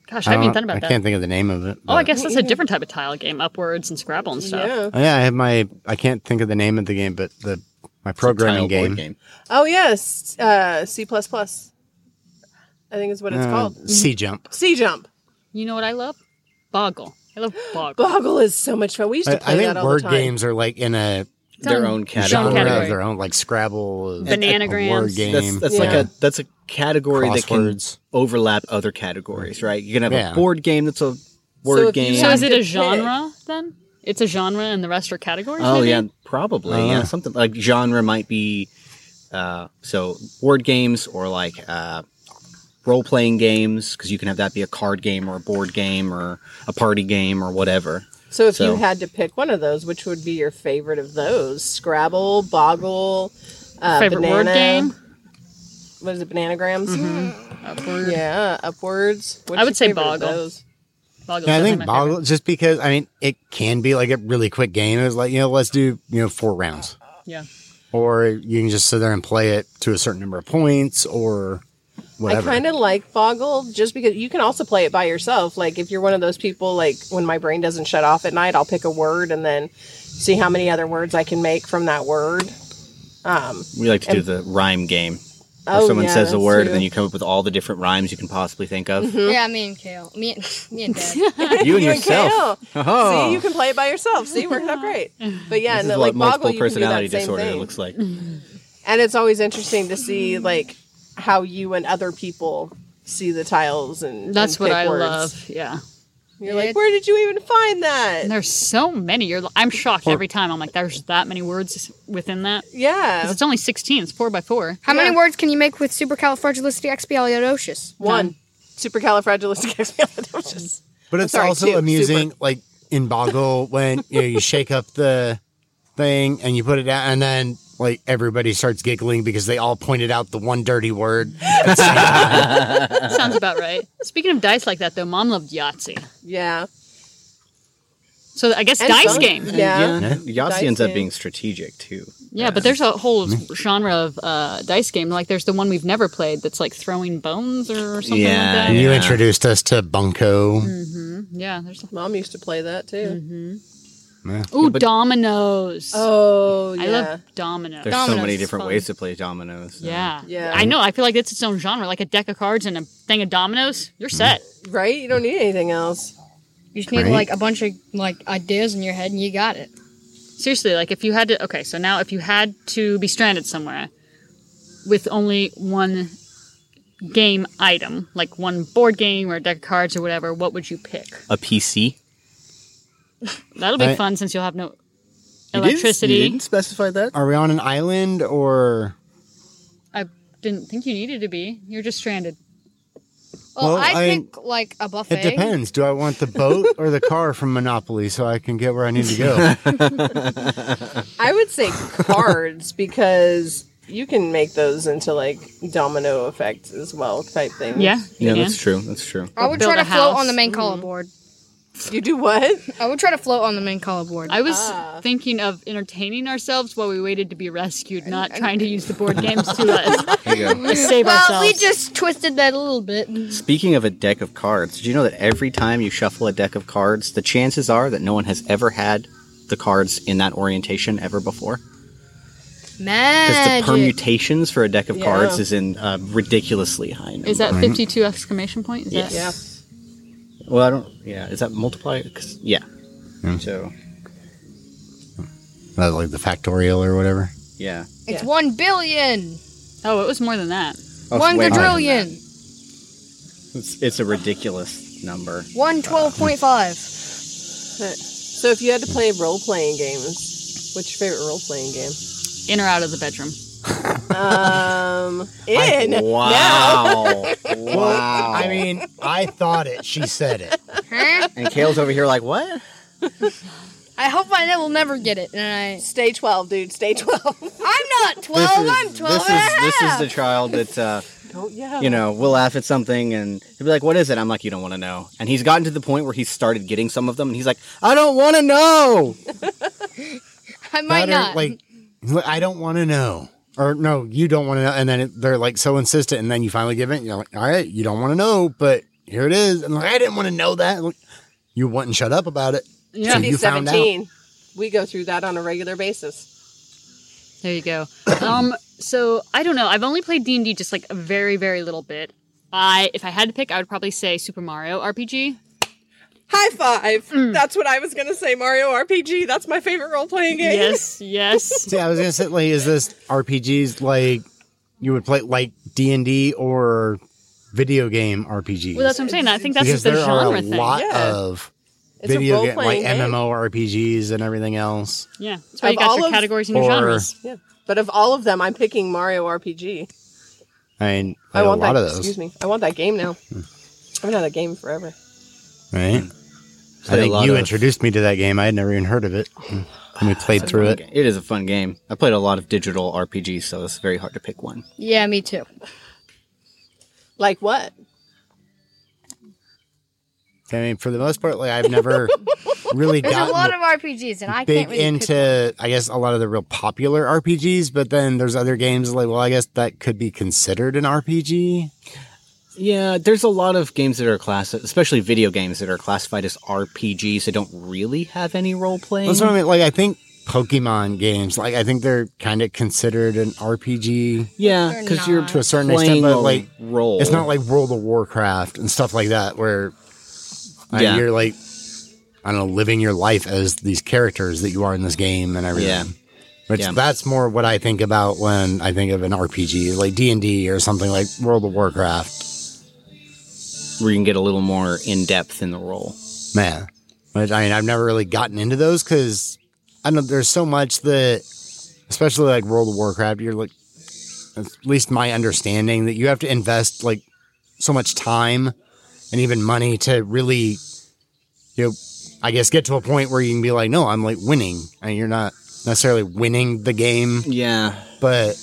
E: Gosh, I haven't even
A: don't-
E: thought about
A: Uh, I
E: that.
A: can't uh, think of the name of it.
E: Oh, I
A: but-
E: guess that's a different type of tile game, upwards and Scrabble and stuff.
B: Yeah.
A: Oh, yeah, I have my. I can't think of the name of the game, but the my programming
D: Tile board
A: game.
B: Oh yes, uh, C plus plus. I think is what it's
A: Uh,
B: called. Mm-hmm.
A: Sea jump.
B: Sea jump.
E: You know what I love? Boggle. I love Boggle.
B: Boggle is so much fun. We used
A: I,
B: to play
A: I think
B: that all
A: word
B: the time.
A: games are like in a
E: It's
D: Their
E: on-
D: own
E: it's on
D: Genre
A: genre
E: category.
A: of their own, like Scrabble,
E: Bananagrams.
A: a word game.
D: That's, that's like
B: Yeah.
D: a that's a category that
A: Crosswords.
D: can overlap other categories, right? You can have
A: Yeah.
D: a board game that's a
B: if
D: word
B: you
D: game.
E: So is it
B: Good
E: a
B: pick.
E: genre then? It's a genre and the rest are categories?
D: Oh
E: maybe?
D: yeah, probably. yeah, something like genre might be uh, so board games or like uh, role playing games because you can have that be a card game or a board game or a party game or whatever.
B: So if you
D: So-
B: had to pick one of those, which would be your favorite of those? Scrabble, Boggle, uh,
E: Favorite
B: banana,
E: word game?
B: What is it? Bananagrams. Mm-hmm.
E: Upward.
B: Yeah, upwards. What's
E: I would
B: your
E: say
B: favorite of
E: Boggle.
B: those?
E: Boggle's
A: Yeah, I
E: definitely
A: think
E: my
A: Boggle,
E: favorite.
A: just because I mean it can be like a really quick game. It's like you know, let's do you know four rounds,
E: Yeah.
A: or you can just sit there and play it to a certain number of points, or whatever.
B: I kind of like Boggle just because you can also play it by yourself. Like if you're one of those people, like when my brain doesn't shut off at night, I'll pick a word and then see how many other words I can make from that word.
D: We like to do the rhyme game. Where
B: Oh,
D: someone
B: yeah,
D: says a
B: that's true.
D: word, and then you come up with all the different rhymes you can possibly think of.
C: Yeah, me and Kale. Me and, me and Dad.
D: You and
B: You and
D: yourself.
B: Kale.
D: Oh.
B: See, you can play it by yourself. See, it worked out great. But yeah, and
D: This is
B: then,
D: what
B: like
D: multiple
B: Boggle, you can do
D: personality
B: that same
D: disorder
B: thing.
D: looks like.
B: And it's always interesting to see like how you and other people see the tiles and
E: That's
B: and
E: what
B: pick
E: I
B: words.
E: love. Yeah.
B: You're like,
C: It's-
B: where did you even find that?
E: And there's so many. You're, I'm shocked every time. I'm like, there's that many words within that. 'Cause
B: yeah,
E: It's only 16. It's four by four.
C: How
B: Yeah.
C: many words can you make with supercalifragilisticexpialidocious?
B: one supercalifragilisticexpialidocious.
A: But it's
B: sorry,
A: also
B: two,
A: amusing, like in Boggle when you know you shake up the thing and you put it down, and then like everybody starts giggling because they all pointed out the one dirty word.
E: Sounds about right. Speaking of dice like that, though, mom loved Yahtzee.
B: Yeah,
E: So I guess
B: And
E: dice
B: some-
E: game. Yeah.
B: Yeah,
D: Yeah. Yahtzee ends
B: game.
D: up being strategic too.
E: but there's a whole genre of uh, dice game. Like there's the one we've never played that's like throwing bones or something
D: Yeah,
E: like that.
A: You
D: yeah.
A: introduced us to Bunko.
B: Hmm.
E: Yeah. There's a-
B: mom used to play that too.
E: Mm-hmm. Ooh,
D: but-
E: dominoes.
B: Oh yeah,
E: I love dominoes.
D: There's so
C: Dominoes
D: many
C: is
D: different
E: fun.
D: ways to play dominoes.
E: yeah.
B: Yeah.
E: I know. I feel like it's its own genre. Like a deck of cards and a thing of dominoes. You're
D: Mm-hmm.
E: set.
B: right? You don't need anything else.
C: You just need
A: Right.
C: like a bunch of like ideas in your head, and you got it.
E: Seriously, like if you had to, okay, so now if you had to be stranded somewhere with only one game item, like one board game or a deck of cards or whatever, what would you pick?
D: A PC.
E: That'll be
A: I-
E: fun since you'll have no
D: You didn't- You
E: electricity.
D: didn't specify that.
A: Are we on an island or?
E: I didn't think you needed to be. You're just stranded.
C: Well,
A: Well,
C: I,
A: I-
C: pick like a buffet.
A: It depends. Do I want the boat or the car from Monopoly so I can get where I need to go?
B: I would say cards because you can make those into like domino effects as well type things.
E: Yeah.
D: Yeah,
E: you can.
D: that's true. That's true.
C: I would
E: Build
C: try
E: a
C: to float
E: house.
C: on the main color board.
B: You do what?
C: I would try to float on the main color board.
E: I was thinking of entertaining ourselves while we waited to be rescued, not trying to use the board games to us
D: There you go.
E: to save
C: well,
E: ourselves.
C: we just twisted that a little bit.
D: Speaking of a deck of cards, did you know that every time you shuffle a deck of cards, the chances are that no one has ever had the cards in that orientation ever before? Because
C: Magic.
D: the permutations for a deck of
B: Yeah.
D: cards is in uh, ridiculously high. Number.
E: Is that 52 exclamation point? Is
D: Yes.
E: that
B: Yeah.
D: Well, I don't. Yeah, is that multiply? 'Cause- yeah. So
A: Uh, like the factorial or whatever.
D: yeah.
C: it's
B: Yeah.
C: one billion.
E: Oh, it was more than that.
D: Oh, it's
C: One
D: way more than
C: quadrillion.
D: that. It's, it's a ridiculous number.
C: One twelve point five.
B: So if you had to play role playing games, what's your favorite role playing game?
E: In or out of the bedroom.
B: Um, in
D: Wow. wow.
A: I mean, I thought it. She said it.
C: Huh?
D: and Kale's over here like, what?
C: I hope I will never get it. And
B: Stay twelve, dude. Stay twelve.
C: I, I'm not twelve. I'm twelve
D: this
C: and
D: is
C: a
D: this is
C: half.
D: the child that uh,
A: Oh,
B: Don't yell.
D: you know will laugh at something and he'll be like, "What is it?" I'm like, "You don't want to know." And he's gotten to the point where he's started getting some of them, and he's like, "I don't want to know."
C: I might
A: That or,
C: not.
A: Like, "Look, I don't want to know. Or no, you don't want to know. And then it, they're like so insistent, and then you finally give it. And you're like, all right, you don't want to know, but here it is. And like, I didn't want to know that. Like, you wouldn't shut up about it.
E: Yeah.
A: So you found out.
B: seventeen. We go through that on a regular basis.
E: There you go. Um, so I don't know. I've only played D and D just like a very, very little bit. I, if I had to pick, I would probably say Super Mario RPG.
B: High five.
E: Mm.
B: That's what I was gonna say. Mario RPG. That's my favorite role playing game.
E: Yes, yes.
A: See, I was gonna say, like, is this RPGs like you would play like D and D or video game RPGs?
E: Well, that's what I'm saying. I think that's
A: because
E: just the
A: there are
E: genre
A: a
E: thing.
A: lot
B: Yeah.
A: of
B: It's a
A: video game, like
B: role-playing game.
A: MMORPGs and everything else.
E: Yeah, that's why
B: Of
E: you got
B: all
E: your
B: of-
E: categories and your
A: Or-
E: genres.
B: Yeah. But of all of them, I'm picking Mario RPG.
A: I mean,
B: I
A: like a
B: want
A: lot
B: that.
A: of
B: Excuse
A: those, Hmm.
B: me. I want that game now. I've had that game forever.
A: right? I
D: Play a
A: think
D: lot
A: you
D: of-
A: introduced me to that game. I had never even heard of it, and we played through it.
D: It is a fun game. I played a lot of digital RPGs, so it's very hard to pick one.
C: yeah, me too.
B: Like what?
A: I mean, for the most part, like I've never really
C: There's a
A: gotten
C: lot of RPGs, and I
A: big
C: can't really pick
A: into, I guess, a lot of the real popular RPGs. But then there's other games like, well, I guess that could be considered an RPG.
D: Yeah, there's a lot of games that are class, especially video games that are classified as RPGs that don't really have any role playing.
A: That's what I mean. Like, I think Pokemon games. Like I think they're kind of considered an RPG
D: Yeah,
C: They're
D: because you're
C: not.
A: to a certain
D: playing
A: extent,
D: a
A: but like
D: role.
A: it's not like World of Warcraft and stuff like that where like,
D: Yeah.
A: you're like I don't know, living your life as these characters that you are in this game and everything.
D: Yeah.
A: Which
D: Yeah.
A: that's more what I think about when I think of an RPG, like D and D or something like World of Warcraft.
D: where you can get a little more in depth in the role.
A: Man, but I mean, I've never really gotten into those because I know there's so much that, especially like World of Warcraft, you're like, at least my understanding that you have to invest like so much time and even money to really, you know, I guess get to a point where you can be like, no, I'm like winning, and you're not necessarily winning the game,
D: Yeah,
A: but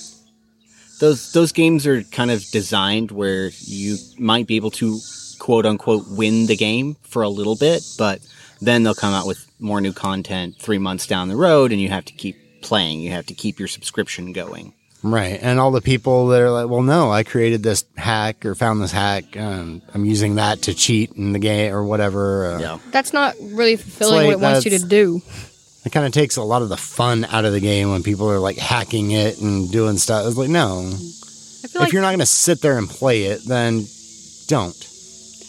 D: those those games are kind of designed where you might be able to quote unquote win the game for a little bit, but then they'll come out with more new content three months down the road, and you have to keep playing. You have to keep your subscription going.
A: Right. And all the people that are like, well, no, I created this hack or found this hack. Um, I'm using that to cheat in the game or whatever. Uh,
D: Yeah.
C: That's not really fulfilling
A: like
C: what it wants you to
A: that's-
C: do.
A: It kind of takes a lot of the fun out of the game when people are like hacking it and doing stuff. It's like, no.
E: I feel like
A: if you're not going to sit there and play it, then don't.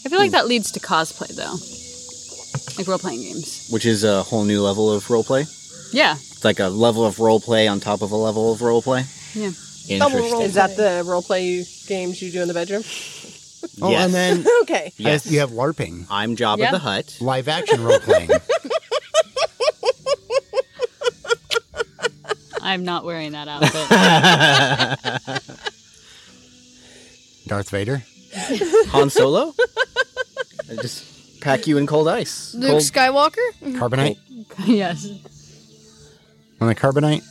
E: I feel like that leads to cosplay though, like role playing games.
D: Which is a whole new level of roleplay.
E: Yeah,
D: It's like a level of roleplay on top of a level of roleplay.
E: yeah.
B: Double
D: Interesting.
B: role. Is that the role play games you do in the bedroom?
A: Oh,
D: Yes.
A: and then
B: Okay.
D: Yes.
A: you have LARPing,
D: I'm Jabba
E: Yeah.
D: the Hutt.
A: live action role playing.
E: I'm not wearing that outfit.
A: Darth Vader.
D: Han Solo. I just pack you in cold ice.
C: Luke
D: Cold-
C: Skywalker?
D: Mm-hmm.
A: Carbonite.
E: yes,
A: On the carbonite.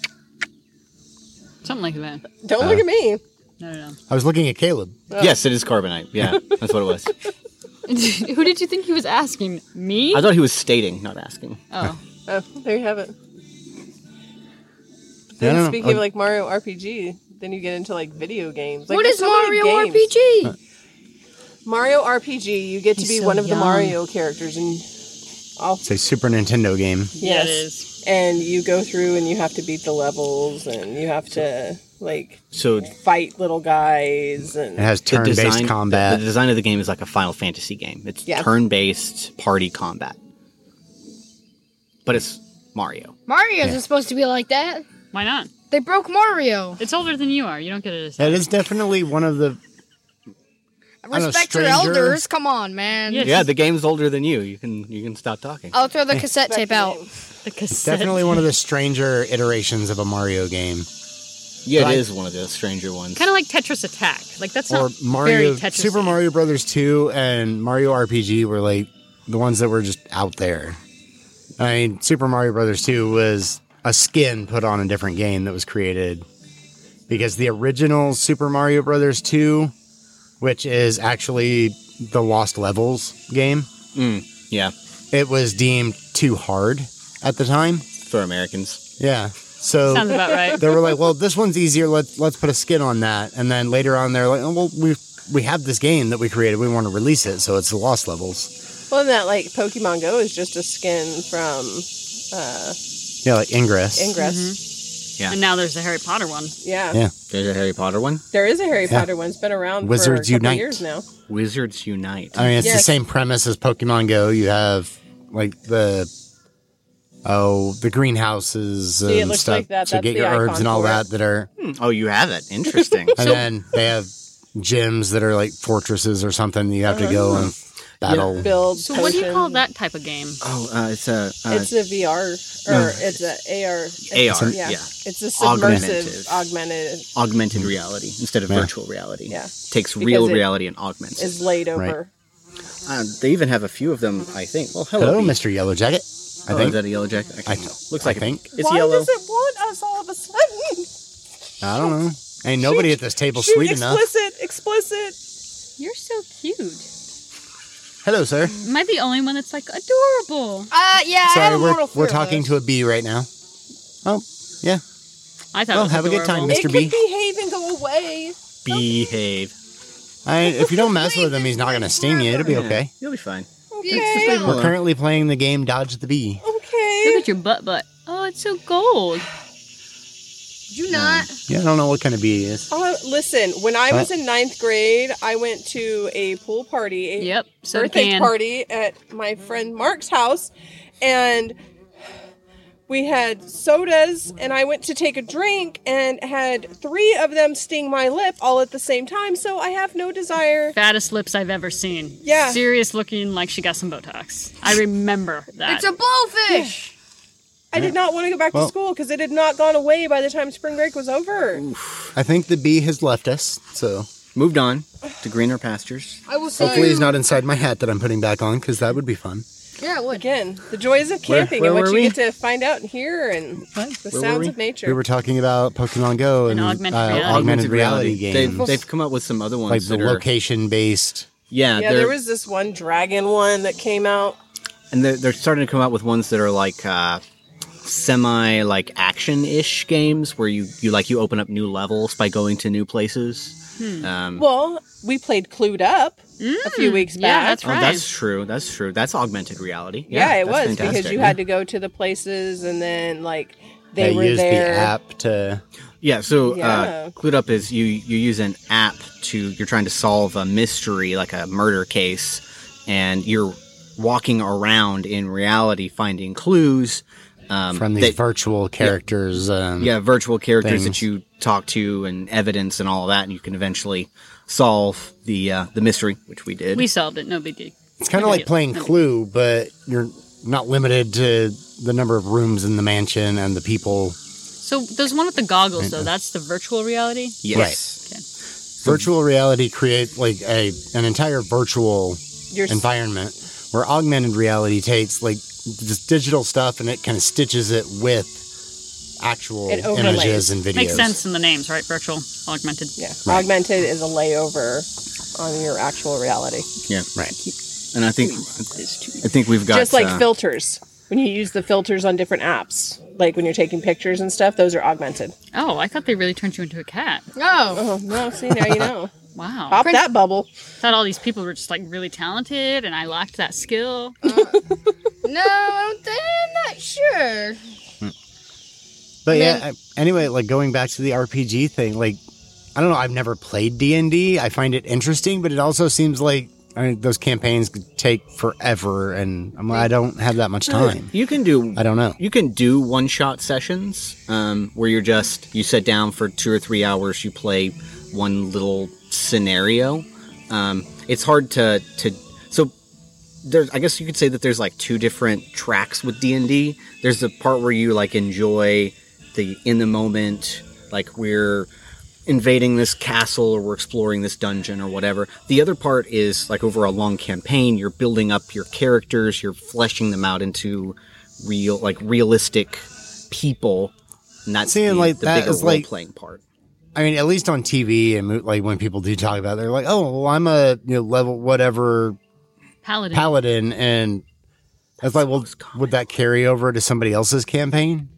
E: something like that.
B: Don't
A: Uh.
B: look at me.
E: No, no,
A: I was looking at Caleb.
D: Yes, it is carbonite. Yeah, that's what it was.
E: no. Who did you think he was asking? Me?
D: I thought he was stating, not asking.
E: Oh,
B: Oh, there you have it.
A: Yeah, I
B: Then
A: don't know.
B: speaking of like Mario RPG, then you get into like video games. Like,
C: what
B: there's
C: is
B: so many
C: Mario
B: games.
C: RPG?
B: Mario RPG, you get to
E: He's
B: be
E: so
B: one of
E: young.
B: the Mario characters, and all
A: It's a Super Nintendo game.
E: yeah,
B: yes,
E: it is.
B: and you go through and you have to beat the levels, and you have to like
D: So
B: fight little guys, and
A: It has
D: the
A: turn based
D: design, The,
A: combat.
D: the design of the game is like a Final Fantasy game. It's
B: Yeah.
D: turn-based party combat, but it's Mario.
C: Mario's is supposed to be like that.
E: Why not?
C: They broke Mario.
E: It's older than you are. You don't get it.
A: That is definitely one of the know,
C: Respect your
A: stranger.
C: elders. Come on, man.
E: Yeah. It's
D: yeah,
E: just-
D: the Oh. game's older than you. You can you can stop talking.
C: I'll throw the cassette tape out.
E: The cassette.
A: definitely one of the stranger iterations of a Mario game
D: yeah,
A: I-
D: it is one of the stranger ones.
E: Kind of like Tetris Attack. Like that's
A: or
E: not very
A: Mario
E: Tetris.
A: Super Mario Brothers 2 and Mario RPG were like the ones that were just out there. I mean, Super Mario Brothers 2 was a skin put on a different game that was created because the original Super Mario Brothers 2 which is actually the Lost Levels game,
D: yeah,
A: it was deemed too hard at the time.
D: for Americans.
A: Yeah. So
E: Sounds about right.
A: they were like, "Well, this one's easier. Let's let's put a skin on that." And then later on, they're like, "Oh, well, we we have this game that we created. We want to release it, so it's the Lost Levels."
B: well, and that like Pokemon Go is just a skin from
A: Yeah, like Ingress.
B: Ingress.
E: and now there's the Harry Potter one.
B: Yeah.
A: Yeah.
D: There's a Harry Potter one.
B: there is a Harry Potter one. It's been around
A: Wizards
B: for a couple
A: Unite.
B: years now.
D: Wizards Unite.
A: I mean, it's the
B: Yes.
A: same premise as Pokemon Go. You have like the oh the greenhouses
B: it
A: and
B: looks
A: stuff
B: like that.
A: to
B: That's
A: get
B: the
A: your herbs
B: icon
A: and all
B: for
A: that
B: it.
A: that are,
D: oh, you have it. Interesting.
A: and then they have gyms that are like fortresses or something. that You have to go and battle.
B: Build.
E: So what do you call
B: potions.
E: that type of game?
D: oh, uh, it's a uh,
B: It's a VR or it's a AR. It's-
D: AR, yeah.
B: It's a
D: Augmentative.
B: submersive augmented
D: augmented reality instead of
A: Yeah.
D: virtual reality.
B: Yeah.
D: takes real
B: it
D: reality and augments. it.
B: is laid over.
D: Uh, they even have a few of them, I think. Well, hello,
A: Hello,
D: Bee.
A: Mister Yellow Jacket. I
D: Oh,
A: think
D: is that a yellow jacket? I
A: I
D: can't tell. Looks
A: I
D: like it.
A: think.
D: it's
B: Why
D: yellow.
B: does it want us all of a sudden?
A: I don't know. Ain't nobody at this table
B: Shoot,
A: sweet enough.
B: explicit, explicit.
E: You're so cute.
A: Hello, sir.
E: Am I the only one that's like adorable?
C: Uh, yeah, I have
A: Sorry,
C: a
A: we're,
C: Mortal
A: we're
C: Kombat.
A: talking to a bee right now. Oh, yeah.
E: I thought.
A: Well,
E: it was
A: have a good
E: adorable.
A: time, Mr.
B: It
A: B.
B: could behave and go away.
D: Behave.
A: I, if you don't mess with him, he's not going to sting you. It'll be okay.
D: You'll be fine.
C: Yeah.
A: We're currently playing the game Dodge the Bee.
B: Okay.
E: Look at your butt, butt. Oh, it's so gold.
C: Did you not?
A: Yeah, I don't know what kind of bee he is.
B: Oh, listen, when I
A: Huh?
B: was in ninth grade, I went to a pool party, a
E: Yep. So
B: birthday
E: can.
B: party at my friend Mark's house, and we had sodas, and I went to take a drink and had three of them sting my lip all at the same time, so I have no desire.
E: Fattest lips I've ever seen.
B: Yeah.
E: Serious looking like she got some Botox. I remember that.
C: It's a blowfish.
B: I did not want to go back
A: Well-
B: to school because it had not gone away by the time spring break was over.
A: I think the bee has left us, so
D: Moved on to greener pastures.
C: I will say.
A: hopefully he's not inside my hat that I'm putting back on because that would be fun.
C: Yeah, it would.
B: Again, the joys of
A: Where-
B: camping
A: where
B: and
A: were
B: what
A: we?
B: you get to find out and hear and the
D: Where were
B: sounds
D: we?
B: of nature.
A: We were talking about Pokemon Go and,
E: And augmented
A: uh,
E: reality.
A: augmented reality, games,
D: They've, they've come up with some other ones
A: like the
D: that are
A: location based.
D: yeah.
B: Yeah,
D: they're,
B: there was this one dragon one that came out.
D: and they're, they're starting to come out with ones that are like uh, semi like action ish games where you you like you open up new levels by going to new places.
A: Mm.
D: Um,
B: Well, we played Clued Up a few weeks back.
E: yeah, that's
D: oh,
E: right.
D: that's true. That's true. That's augmented reality.
B: Yeah, it was
D: that's
B: because
D: fantastic.
B: you had to go to the places and then like they, were
A: used
B: there.
A: the app to.
D: Yeah, so
B: Yeah.
D: Uh, Clued Up is you you use an app to you're trying to solve a mystery like a murder case, and you're walking around in reality finding clues um,
A: from these
D: that-
A: virtual characters. Um,
D: yeah virtual characters
A: things.
D: that you talk to and evidence and all of that, and you can eventually solve the uh, the mystery, which we did.
E: we solved it. No big deal.
A: it's kind of like playing Clue, but you're not limited to the number of rooms in the mansion and the people.
E: So there's one with the goggles though. That's the virtual reality.
D: yes,
A: Virtual reality creates like a an entire virtual
B: You're s-
A: environment where augmented reality takes like just digital stuff and it kind of stitches it with actual
B: It overlays.
A: images and videos.
E: Makes sense in the names, right? Virtual, augmented.
B: yeah, augmented is a layover on your actual reality,
D: yeah,
A: Right.
D: and I think I think we've got
B: just like
D: uh,
B: filters. When you use the filters on different apps, like when you're taking pictures and stuff, those are augmented.
E: Oh, I thought they really turned you into a cat.
C: No.
B: Oh no! See now you know.
E: Wow.
B: Pop that bubble.
E: thought all these people were just like really talented, and I lacked that skill.
C: No, I don't think, I'm not sure.
A: But yeah, I, anyway, like going back to the RPG thing, like I don't know, I've never played D anD D. I find it interesting, but it also seems like I mean, those campaigns could take forever, and I'm like, I don't have that much time.
D: you can do
A: I don't know.
D: you can do one shot sessions um, where you're just you sit down for two or three hours you play one little scenario um, it's hard to to so there's i guess you could say that there's like two different tracks with d&d there's the part where you like enjoy the in the moment like we're invading this castle or we're exploring this dungeon or whatever. The other part is like over a long campaign, you're building up your characters, you're fleshing them out into real, like realistic people. And that's
A: See,
D: the,
A: and, like,
D: the
A: that
D: bigger
A: is, like-
D: role-playing part.
A: I mean, at least on TV and mo- like when people do talk about, it, they're like, oh, well, I'm a you know level whatever
E: Paladin.
A: paladin, and it's like, well, would that carry over to somebody else's campaign?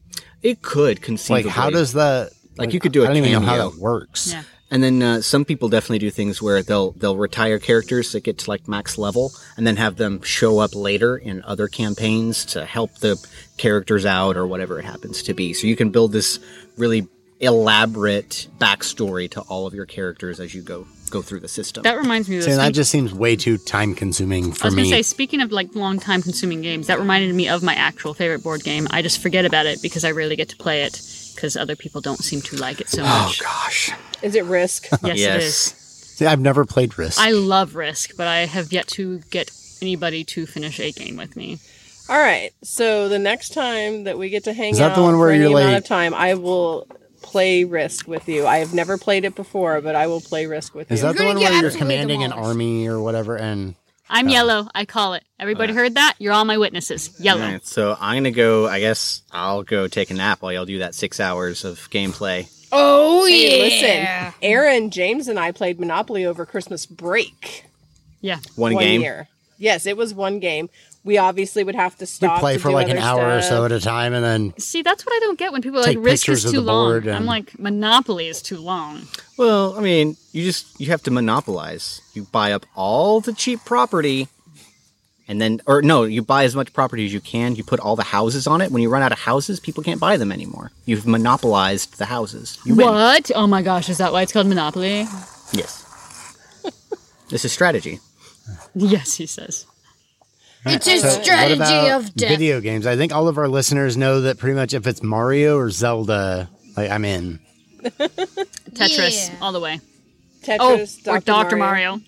D: It could
A: Like,
D: conceivably.
A: how does that?
D: Like, you could do
A: I
D: a
A: I don't even know how
D: cameo.
A: that works.
E: yeah.
D: And then uh, some people definitely do things where they'll they'll retire characters that get to like max level, and then have them show up later in other campaigns to help the characters out or whatever it happens to be. So you can build this really elaborate backstory to all of your characters as you go go through the system.
E: That reminds me of
A: See,
E: those.
A: and that
E: things-
A: just seems way too time consuming for
E: I was
A: me.
E: gonna say, speaking of like long time consuming games, that reminded me of my actual favorite board game. I just forget about it because I rarely get to play it because other people don't seem to like
A: Oh,
E: it so much.
D: gosh,
B: Is it risk?
E: Yes, it is.
A: See, I've never played Risk.
E: I love Risk, but I have yet to get anybody to finish a game with me.
B: All right. So the next time that we get to hang
A: Is that
B: out
A: the one where
B: for
A: you're
B: any amount
A: like-
B: of time, I will play Risk with you. I have never played it before, but I will play Risk with
A: Is
B: you.
A: that the
C: gonna
A: one
C: get
A: where you're
C: absolutely
A: commanding an
C: demolished.
A: army or whatever? And Oh.
E: I'm yellow. I call it. Everybody heard that? You're all my witnesses. Yellow.
D: All right, so I'm gonna go. I guess I'll go take a nap while y'all do that six hours of gameplay.
C: Oh
B: Hey,
C: yeah.
B: listen, Aaron, James, and I played Monopoly over Christmas break
E: Yeah.
D: One, game.
B: year. Yes, it was one game. We obviously would have to
A: we
B: stop.
A: play
B: to
A: for
B: do
A: like an
B: other
A: hour or so
B: stuff.
A: at a time, and then
E: See, that's what I don't get when people are
A: Take
E: like Risk
A: pictures
E: is
A: of
E: too
A: the
E: long.
A: board and-
E: I'm like Monopoly is too long.
D: Well, I mean, you just you have to monopolize. You buy up all the cheap property and then or no, you buy as much property as you can. You put all the houses on it. When you run out of houses, people can't buy them anymore. You've monopolized the houses. You win.
E: What? Oh my gosh, is that why it's called Monopoly?
D: Yes. this is strategy.
E: Yes, he says.
C: It's a strategy of death.
A: video games? I think all of our listeners know that pretty much if it's Mario or Zelda, like I'm in.
E: Tetris
C: Yeah.
E: all the way.
B: Tetris,
E: Oh,
B: Dr.
E: or Dr. Mario.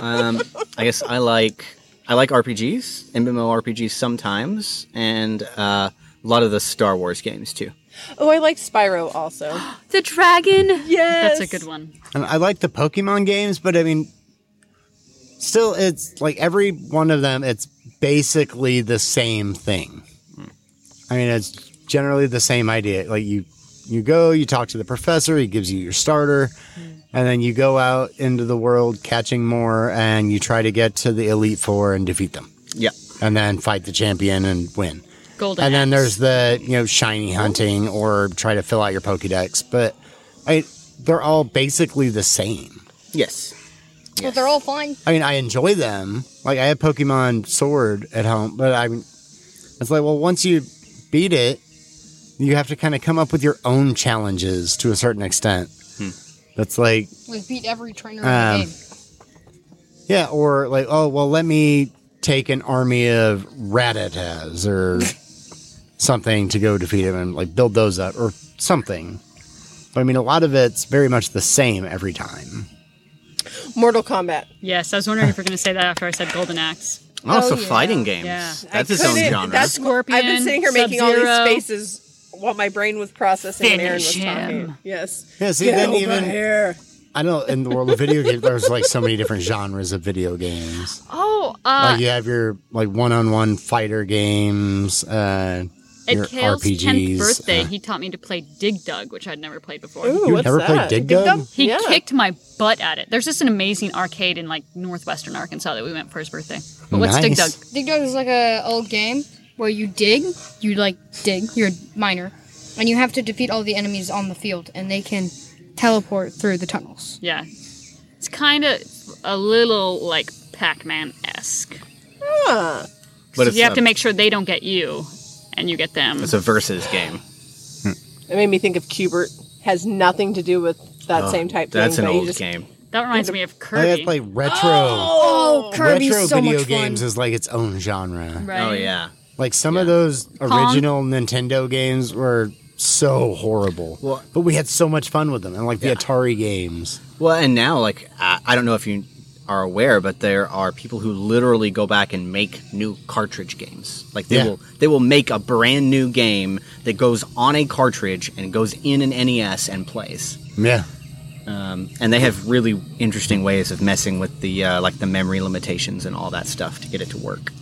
D: Um, I guess I like I like RPGs, MMORPGs sometimes, and uh, a lot of the Star Wars games too.
B: Oh, I like Spyro also.
E: The dragon.
B: yes.
E: That's a good one.
A: And I like the Pokemon games, but I mean, still, it's like every one of them, it's basically the same thing. I mean, it's generally the same idea. Like you, you go, you talk to the professor, he gives you your starter, and then you go out into the world catching more, and you try to get to the elite four and defeat them,
D: Yeah.
A: and then fight the champion and win.
E: Golden.
A: And then there's
E: Axe.
A: the you know shiny hunting or try to fill out your Pokédex, but I they're all basically the same.
D: Yes.
C: Well, they're all fine.
A: I mean, I enjoy them. Like I have Pokemon Sword at home, but I mean, it's like well, once you beat it, you have to kind of come up with your own challenges to a certain extent. That's like
C: We beat every trainer
A: Um,
C: in the game.
A: yeah, or like oh well, let me take an army of Rattatas or something to go defeat him and like build those up or something. But I mean, a lot of it's very much the same every time.
B: Mortal Kombat.
E: Yes, I was wondering if we're going to say that after I said Golden Axe.
D: Also, fighting games.
E: Oh, Yeah. I
D: That's its own
B: Couldn't-
D: genre.
B: That's
E: Scorpion,
B: I've been sitting here making all these
E: Sub-Zero.
B: spaces while my brain was processing and Aaron was
E: Finish him.
B: talking. Yes.
A: Yeah, see,
B: Get
A: then
B: over
A: even
B: here.
A: I know in the world of video games, there's like so many different genres of video games.
E: Oh, uh,
A: Like you have your like one-on-one fighter games, uh,
E: at
A: your
E: Kale's 10th
A: RPGs.
E: birthday,
A: uh,
E: he taught me to play Dig Dug, which I'd never played before.
B: Ooh,
A: You
B: what's
A: never
B: that?
A: played Dig Dug?
E: He
B: yeah.
E: kicked my butt at it. There's just an amazing arcade in like northwestern Arkansas that we went for his birthday. But what's Dig Dug?
A: Nice.
C: Dig Dug is like a old game where you dig, you like dig, you're a miner, and you have to defeat all the enemies on the field, and they can teleport through the tunnels.
E: Yeah. It's kind of a little like Pac Man esque.
B: Huh.
D: but
E: You have
D: a-
E: to make sure they don't get you and you get them.
D: it's a versus game.
B: It made me think of Cubert. Has nothing to do with that
A: Oh,
B: same type
D: That's
B: thing.
D: an
B: but you
D: old
B: just-
D: game.
E: That reminds me of Kirby.
A: I have like retro.
C: Oh, Kirby's
A: retro
C: so
A: video
C: much
A: games
C: fun.
A: is like its own genre.
E: Right?
D: Oh yeah.
A: Like some of those
E: Pong.
A: original Nintendo games were so horrible,
D: Well-
A: but we had so much fun with them, and like the Atari games.
D: Well, and now like I, I don't know if you are aware, but there are people who literally go back and make new cartridge games. Like they
A: Yeah.
D: will they will make a brand new game that goes on a cartridge and goes in an NES and plays.
A: Yeah,
D: Um, and they have really interesting ways of messing with the uh, like the memory limitations and all that stuff to get it to work.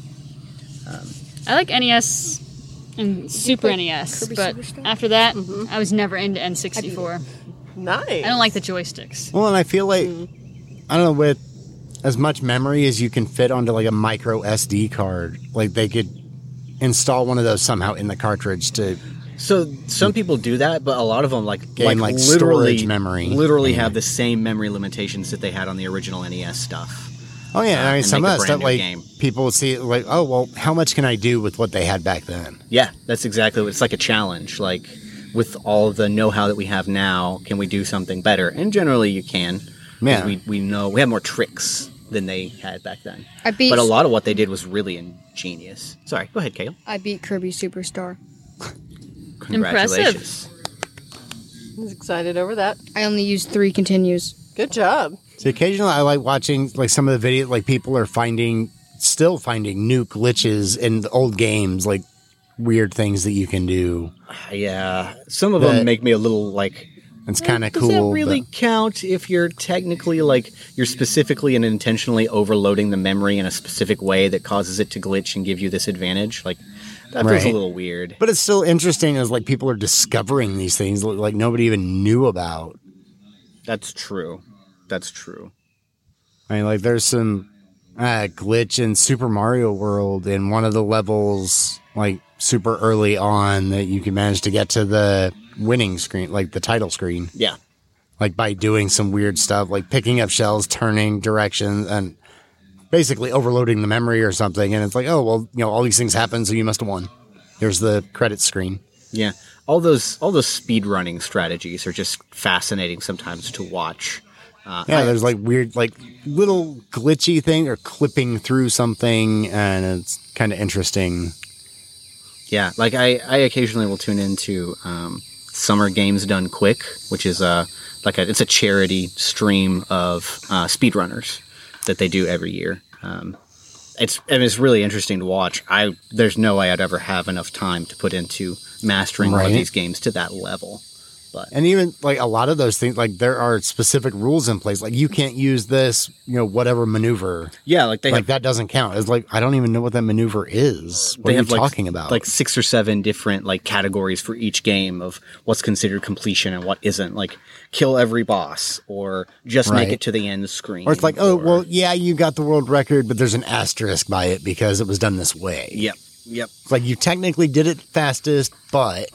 E: I like NES and Super NES, but after that,
B: Mm-hmm.
E: I was never into N64.
B: Nice.
E: I don't like the joysticks.
A: Well, and I feel like
D: Mm-hmm.
A: I don't know with as much memory as you can fit onto like a micro SD card, like they could install one of those somehow in the cartridge to
D: So some people do that, but a lot of them like
A: Gain, Hmm. like,
D: literally
A: storage memory.
D: literally have the same memory limitations that they had on the original NES stuff.
A: Oh yeah, and I mean
D: Uh, and
A: some of
D: make a
A: that stuff
D: brand new
A: like
D: game.
A: people would see it like, oh well, how much can I do with what they had back then?
D: Yeah, that's exactly what it's like a challenge. Like with all the know-how that we have now, can we do something better? And generally, you can. 'cause
A: Yeah.
D: we we know we have more tricks than they had back then.
C: I beat-
D: but a lot of what they did was really ingenious. Sorry, go ahead, Kale.
C: I beat Kirby Superstar.
D: Congratulations.
B: I was excited over that.
C: I only used three continues.
B: Good job.
A: So occasionally I like watching like some of the video like people are finding still finding new glitches in the old games, like weird things that you can do.
D: Yeah, some of
A: That-
D: them make me a little like.
A: It's kind of
D: Does
A: cool.
D: that really
A: but-
D: count if you're technically like you're specifically and intentionally overloading the memory in a specific way that causes it to glitch and give you this advantage? Like that feels a
A: Right.
D: little weird.
A: But it's still interesting as like people are discovering these things that, like nobody even knew about.
D: That's true. That's true.
A: I mean, like there's some uh, glitch in Super Mario World in one of the levels, like super early on, that you can manage to get to the winning screen, like the title screen,
D: Yeah.
A: like by doing some weird stuff, like picking up shells, turning directions, and basically overloading the memory or something. And it's like, oh, well, you know, all these things happen, so you must have won. Here's the credit screen.
D: Yeah, all those all those speed running strategies are just fascinating sometimes to watch. Uh,
A: Yeah, there's like weird, like little glitchy thing or clipping through something, and it's kind of interesting.
D: Yeah, like I, I occasionally will tune into um, Summer Games Done Quick, which is a like a, it's a charity stream of uh, speedrunners that they do every year. Um, it's and it's really interesting to watch. I there's no way I'd ever have enough time to put into mastering all
A: Right.
D: of these games to that level.
A: And even like a lot of those things, like there are specific rules in place. Like you can't use this, you know, whatever maneuver.
D: Yeah, like they
A: Like
D: have,
A: that doesn't count. It's like I don't even know what that maneuver is. What
D: they
A: are you
D: have like,
A: talking about?
D: like six or seven different like categories for each game of what's considered completion and what isn't. Like kill every boss or just
A: Right.
D: make it to the end screen.
A: or it's like, oh
D: or-
A: well, yeah, you got the world record, but there's an asterisk by it because it was done this way.
D: Yep. Yep.
A: It's like you technically did it fastest, but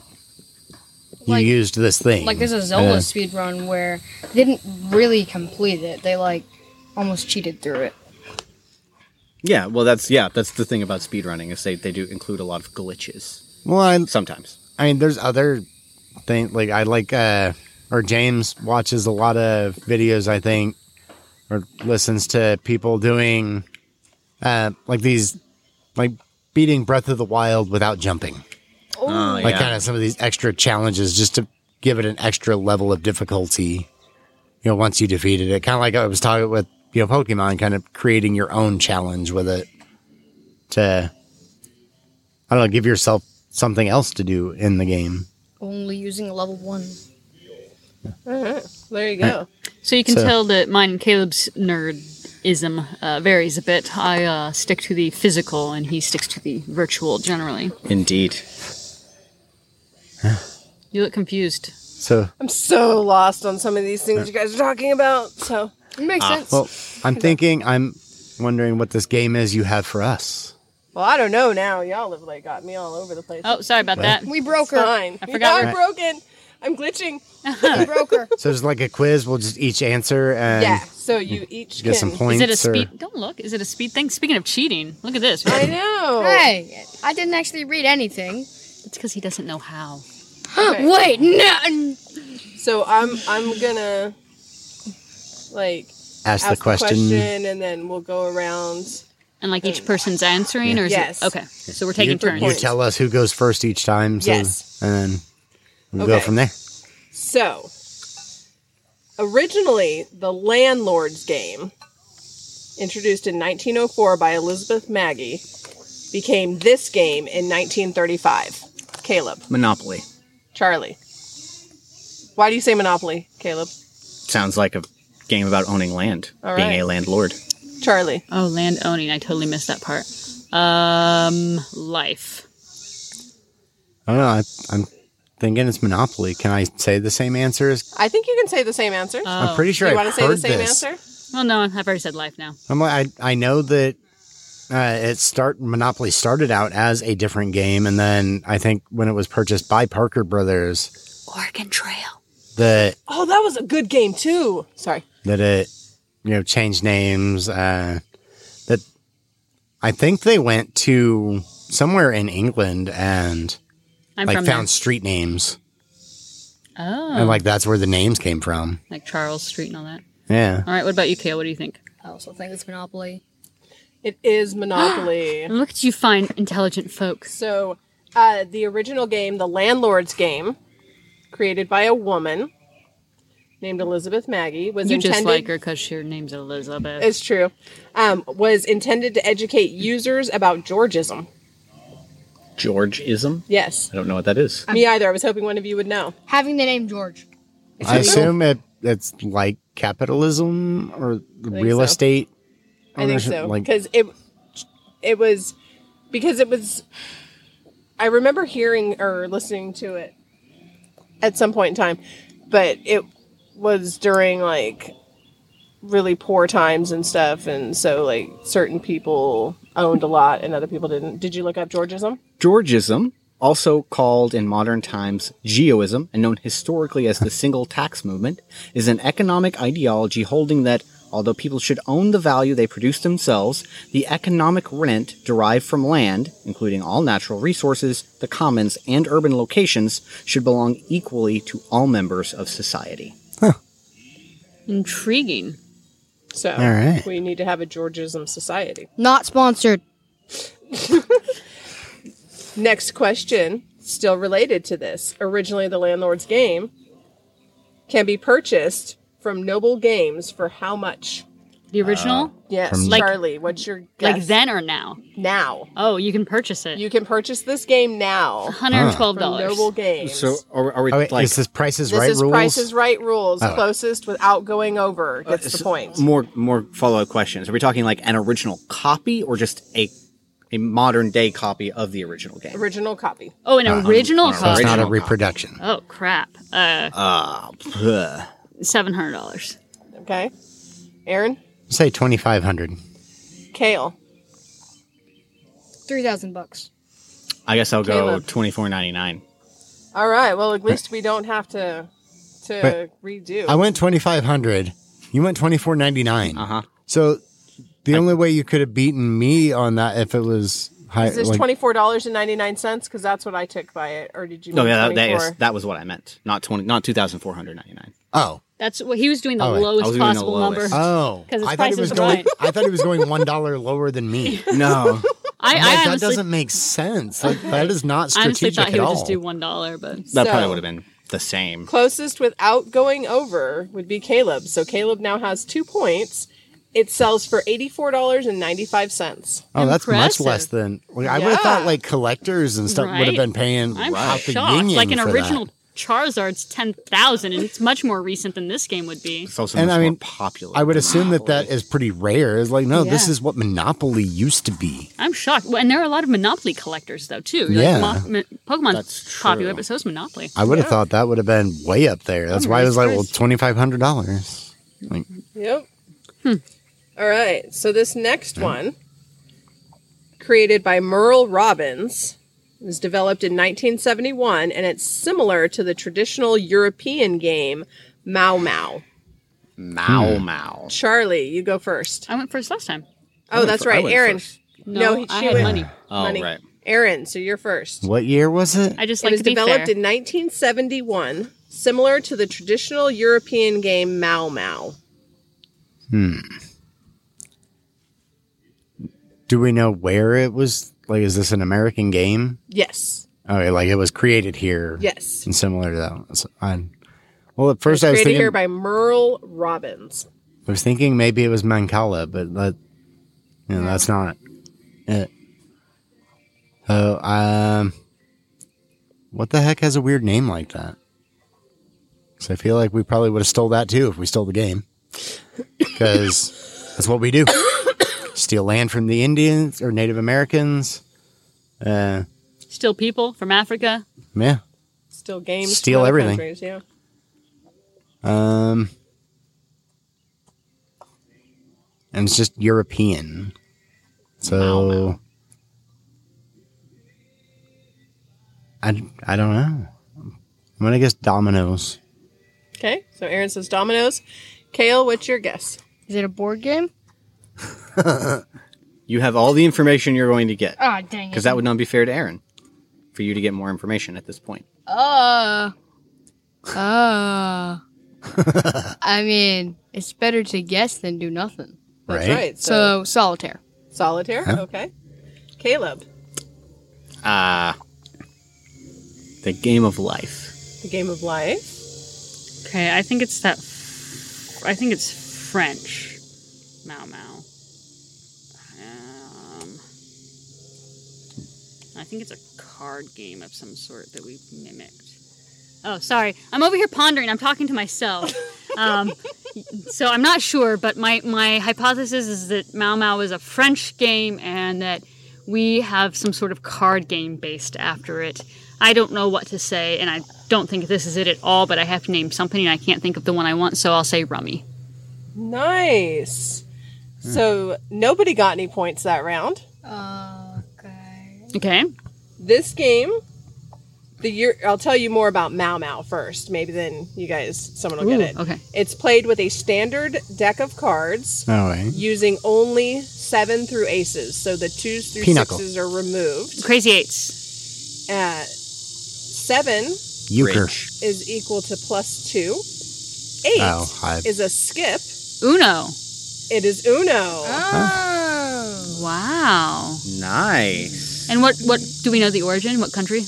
A: you
C: Like-
A: used this thing.
C: Like there's a
A: Uh,
C: Zelda speed speedrun where they didn't really complete it. They like almost cheated through it.
D: Yeah, well, that's yeah, that's the thing about speedrunning is they, they do include a lot of glitches
A: well, I,
D: sometimes.
A: I mean, there's other things like I like, uh, or James watches a lot of videos, I think, or listens to people doing, uh, like these, like beating Breath of the Wild without jumping,
D: Oh,
A: like kind of some of these extra challenges just to give it an extra level of difficulty. You know, once you defeated it, kind of like I was talking with you know Pokemon, kind of creating your own challenge with it to, I don't know, give yourself something else to do in the game.
C: Only using a level one.
B: There you go.
E: So you can
A: So-
E: tell that mine and Caleb's nerdism uh, varies a bit. I uh, stick to the physical, and he sticks to the virtual generally.
D: Indeed.
E: You look confused.
A: So
B: I'm so lost on some of these things you guys are talking about. So
C: It makes sense.
A: Well, I'm thinking, I'm wondering what this game is you have for us.
B: well, I don't know now. Y'all have like got me all over the place.
E: Oh, sorry about that.
C: we broke her.
B: fine.
E: I
B: You
E: forgot
B: got
E: we're-
B: broken. I'm glitching.
C: We broke her.
A: So there's like a quiz. We'll just each answer and
B: Yeah. So you each
A: get some
B: can.
A: points.
E: Is it a
A: or-
E: speed? Don't look. Is it a speed thing? Speaking of cheating, look at this.
B: I know.
C: Hey, I didn't actually read anything.
E: It's because he doesn't know how.
C: Wait, no.
B: So I'm I'm gonna like
A: Ask, the question.
B: and then we'll go around.
E: And like each person's answering, or is
B: Yes.
E: it okay? So we're
A: You,
E: taking turns.
A: you tell us who goes first each time. So,
B: Yes.
A: And then we go
B: Okay.
A: from there.
B: So originally, the landlord's game, introduced in 1904 by Elizabeth Maggie, became this game in 1935. Caleb,
D: Monopoly
B: Charlie. Why do you say Monopoly, Caleb?
D: sounds like a game about owning land,
B: All
D: being
B: right.
D: a landlord.
B: Charlie,
E: Oh, land owning. I totally missed that part. Um, life.
A: I don't know. I, I'm thinking it's Monopoly. Can I say the same answer? As,
B: I think you can say the same answer.
A: I'm pretty sure
B: Oh. you
A: Uh, I've
B: want to say the
A: heard
B: same
A: this.
B: answer?
E: Well, no, I've already said life now.
A: I'm like, I, I know that uh, it start Monopoly started out as a different game, and then I think when it was purchased by Parker Brothers,
E: Oregon Trail.
A: that
B: Oh, that was a good game too. Sorry.
A: that it you know changed names uh that i think they went to somewhere in england and
E: I'm
A: like
E: from
A: found
E: there.
A: street names
E: Oh,
A: and
E: like,
A: like that's where the names came from
E: Charles Street and all that.
A: yeah
E: All right, what about you, Kale? What do you think?
C: I also think it's Monopoly.
B: It is Monopoly.
E: And look at you, fine, intelligent folks.
B: So, uh, the original game, The Landlord's Game, created by a woman named Elizabeth Maggie, was
E: You
B: intended.
E: just like her because her name's Elizabeth.
B: It's true. Um, was intended to educate users about Georgism.
D: Georgeism?
B: Yes.
D: I don't know what that is.
B: Me either. I was hoping one of you would know.
C: Having the name George.
A: i assume it it's like capitalism or real
B: so.
A: estate
B: I think
A: ownership,
B: so
A: Oh, like
B: because it it was because it was. I remember hearing or listening to it at some point in time, but it was during like really poor times and stuff, and so like certain people owned a lot and other people didn't. Did you look up Georgism?
D: Georgism, also called in modern times geoism and known historically as the single tax movement, is an economic ideology holding that Although people should own the value they produce themselves, the economic rent derived from land, including all natural resources, the commons, and urban locations, should belong equally to all members of society.
E: Intriguing.
B: So
A: right.
B: we need to have a Georgism society.
C: Not sponsored.
B: Next question, still related to this. Originally, the landlord's game can be purchased from Noble Games for how much?
E: The original?
B: Yes,
E: Like-
B: Charlie. what's your guess?
E: Like then or now?
B: now.
E: Oh, you can purchase it.
B: You can purchase this game now
E: $112.
B: from Noble Games.
D: So are, are we
A: Oh, wait,
D: like
A: is this prices
B: this
A: right
B: is
A: rules?
B: Price is Right rules. Closest without going over gets the point.
D: more more follow up questions? Are we talking like an original copy or just a a modern day copy of the original game?
B: Original copy.
E: Oh, an original
A: so it's
E: card.
A: not a
D: Original.
A: reproduction.
E: Oh, crap. Uh,
D: Ah, bleh.
E: $700.
B: Okay. Aaron,
A: Say twenty five hundred.
B: Kale,
C: Three thousand bucks.
D: I guess I'll go
B: Caleb.
D: twenty four ninety nine.
B: All right. Well, at least we don't have to to redo.
A: I went twenty five hundred. You went twenty four ninety nine.
D: Uh huh.
A: So the only way you could have beaten me on that if it was higher.
B: is this twenty four dollars and ninety nine cents? Because that's what I took by it. Or did you?
D: No,
B: mean
D: yeah, that, that
B: 24?
D: is that was what I meant. Not twenty, not two thousand four hundred ninety nine.
A: oh
E: That's what he was doing the
A: Oh, wait.
E: lowest
D: I was doing the
E: possible
D: lowest.
E: number.
A: oh.
E: 'Cause it's
A: I thought
E: Price
A: it was
E: is
A: going.
E: Right.
A: I thought it was going one dollar lower than me.
D: No,
E: I,
A: Like,
E: I
A: that
E: honestly,
A: doesn't make sense. Like, that is not
E: I honestly
A: strategic
E: thought he
A: at
E: would
A: all.
E: just do $1, but
B: So-
D: that probably would have been the same.
B: Closest without going over would be Caleb. So Caleb now has two points. It sells for eighty four dollars and ninety five cents.
A: Oh, that's much
E: Impressive.
A: less than like, I would have
B: Yeah.
A: thought. Like collectors and stuff would have
E: Right?
A: been paying
E: I'm
A: out the
E: shocked.
A: yin-yang
E: Like an
A: for that.
E: original Charizard's 10,000, and it's much more recent than this game would be.
D: It's also
A: And
D: much
A: I
D: more
A: mean,
D: popular.
A: I would
D: than
A: assume that that
D: Monopoly.
A: is pretty rare. It's like, no, this
E: Yeah.
A: is what Monopoly used to be.
E: I'm shocked. Well, and there are a lot of Monopoly collectors, though, too. Like,
A: Yeah.
E: Mo- Mo-
D: That's
E: Pokemon's
D: true.
E: popular, but so's Monopoly.
A: I would have thought that would have been way up there. That's
E: I'm
A: why I was like, well,
E: surprised.
A: twenty five hundred dollars.
B: Yep. All right. So this next one, created by Merle Robbins, was developed in 1971, and it's similar to the traditional European game Mau Mau.
D: Mao Mao.
B: Charlie, you go first.
E: I went first last time.
B: Oh, that's
D: fir- I
B: right,
D: went
B: Aaron.
D: first.
E: No,
B: No,
E: I
B: she
E: had
B: went-
E: money.
D: Oh
B: Money.
D: right.
B: Aaron, so you're first.
A: What year was it?
E: I just
B: It
E: like
B: was
E: to be
B: developed
E: fair.
B: in 1971, similar to the traditional European game Mau Mau.
A: Do we know where it was? Like, is this an American game?
B: Yes.
A: Okay, like it was created here.
B: Yes.
A: and similar to that. One. So I, well, at
B: First,
A: first I was
B: created
A: thinking
B: here by Merle Robbins.
A: I was thinking maybe it was Mancala, but that you know, that's not it. So um what the heck has a weird name like that? So I feel like we probably would have stole that too if we stole the game. Cuz that's what we do. Steal land from the Indians or Native Americans. Uh
E: Still people from Africa.
A: yeah.
B: Still games. from
A: Steal
B: other
A: everything.
B: countries, Yeah.
A: Um and it's just European. So I, I don't know. I'm gonna guess dominoes.
B: Okay, so Aaron says dominoes. Kale, what's your guess?
C: Is it a board game?
D: You have all the information you're going to get
C: Ah, dang it.
D: because that would not be fair to Aaron for you to get more information at this point.
C: Uh. Uh. I mean, it's better to guess than do nothing.
B: That's
A: right.
B: right. So,
C: So solitaire.
B: solitaire. Okay. Caleb,
D: Ah, the game of life.
B: the game of life.
E: Okay, I think it's that. I think it's French. Mau Mau. Um, I think it's a card game of some sort that we mimicked. Oh, sorry. I'm over here pondering. I'm talking to myself. Um, so I'm not sure, but my, my hypothesis is that Mau Mau is a French game and that we have some sort of card game based after it. I don't know what to say, and I don't think this is it at all, but I have to name something, and I can't think of the one I want, so I'll say Rummy.
B: Nice. So nobody got any points that round.
C: Okay.
E: Okay?
B: This game the year I'll tell you more about Mau Mau first. Maybe then you guys someone will
E: Ooh,
B: get it.
E: okay.
B: It's played with a standard deck of cards
A: All right.
B: using only seven through aces. So the twos through
A: Pinochle.
B: sixes are removed.
E: Crazy eights.
B: Uh, seven
A: Euchre.
D: Rich.
B: is equal to plus two. Eight
A: Oh, hi.
B: is a skip.
E: Uno.
B: It is Uno.
C: Oh.
E: Wow.
D: Nice.
E: And what what do we know the origin? What country?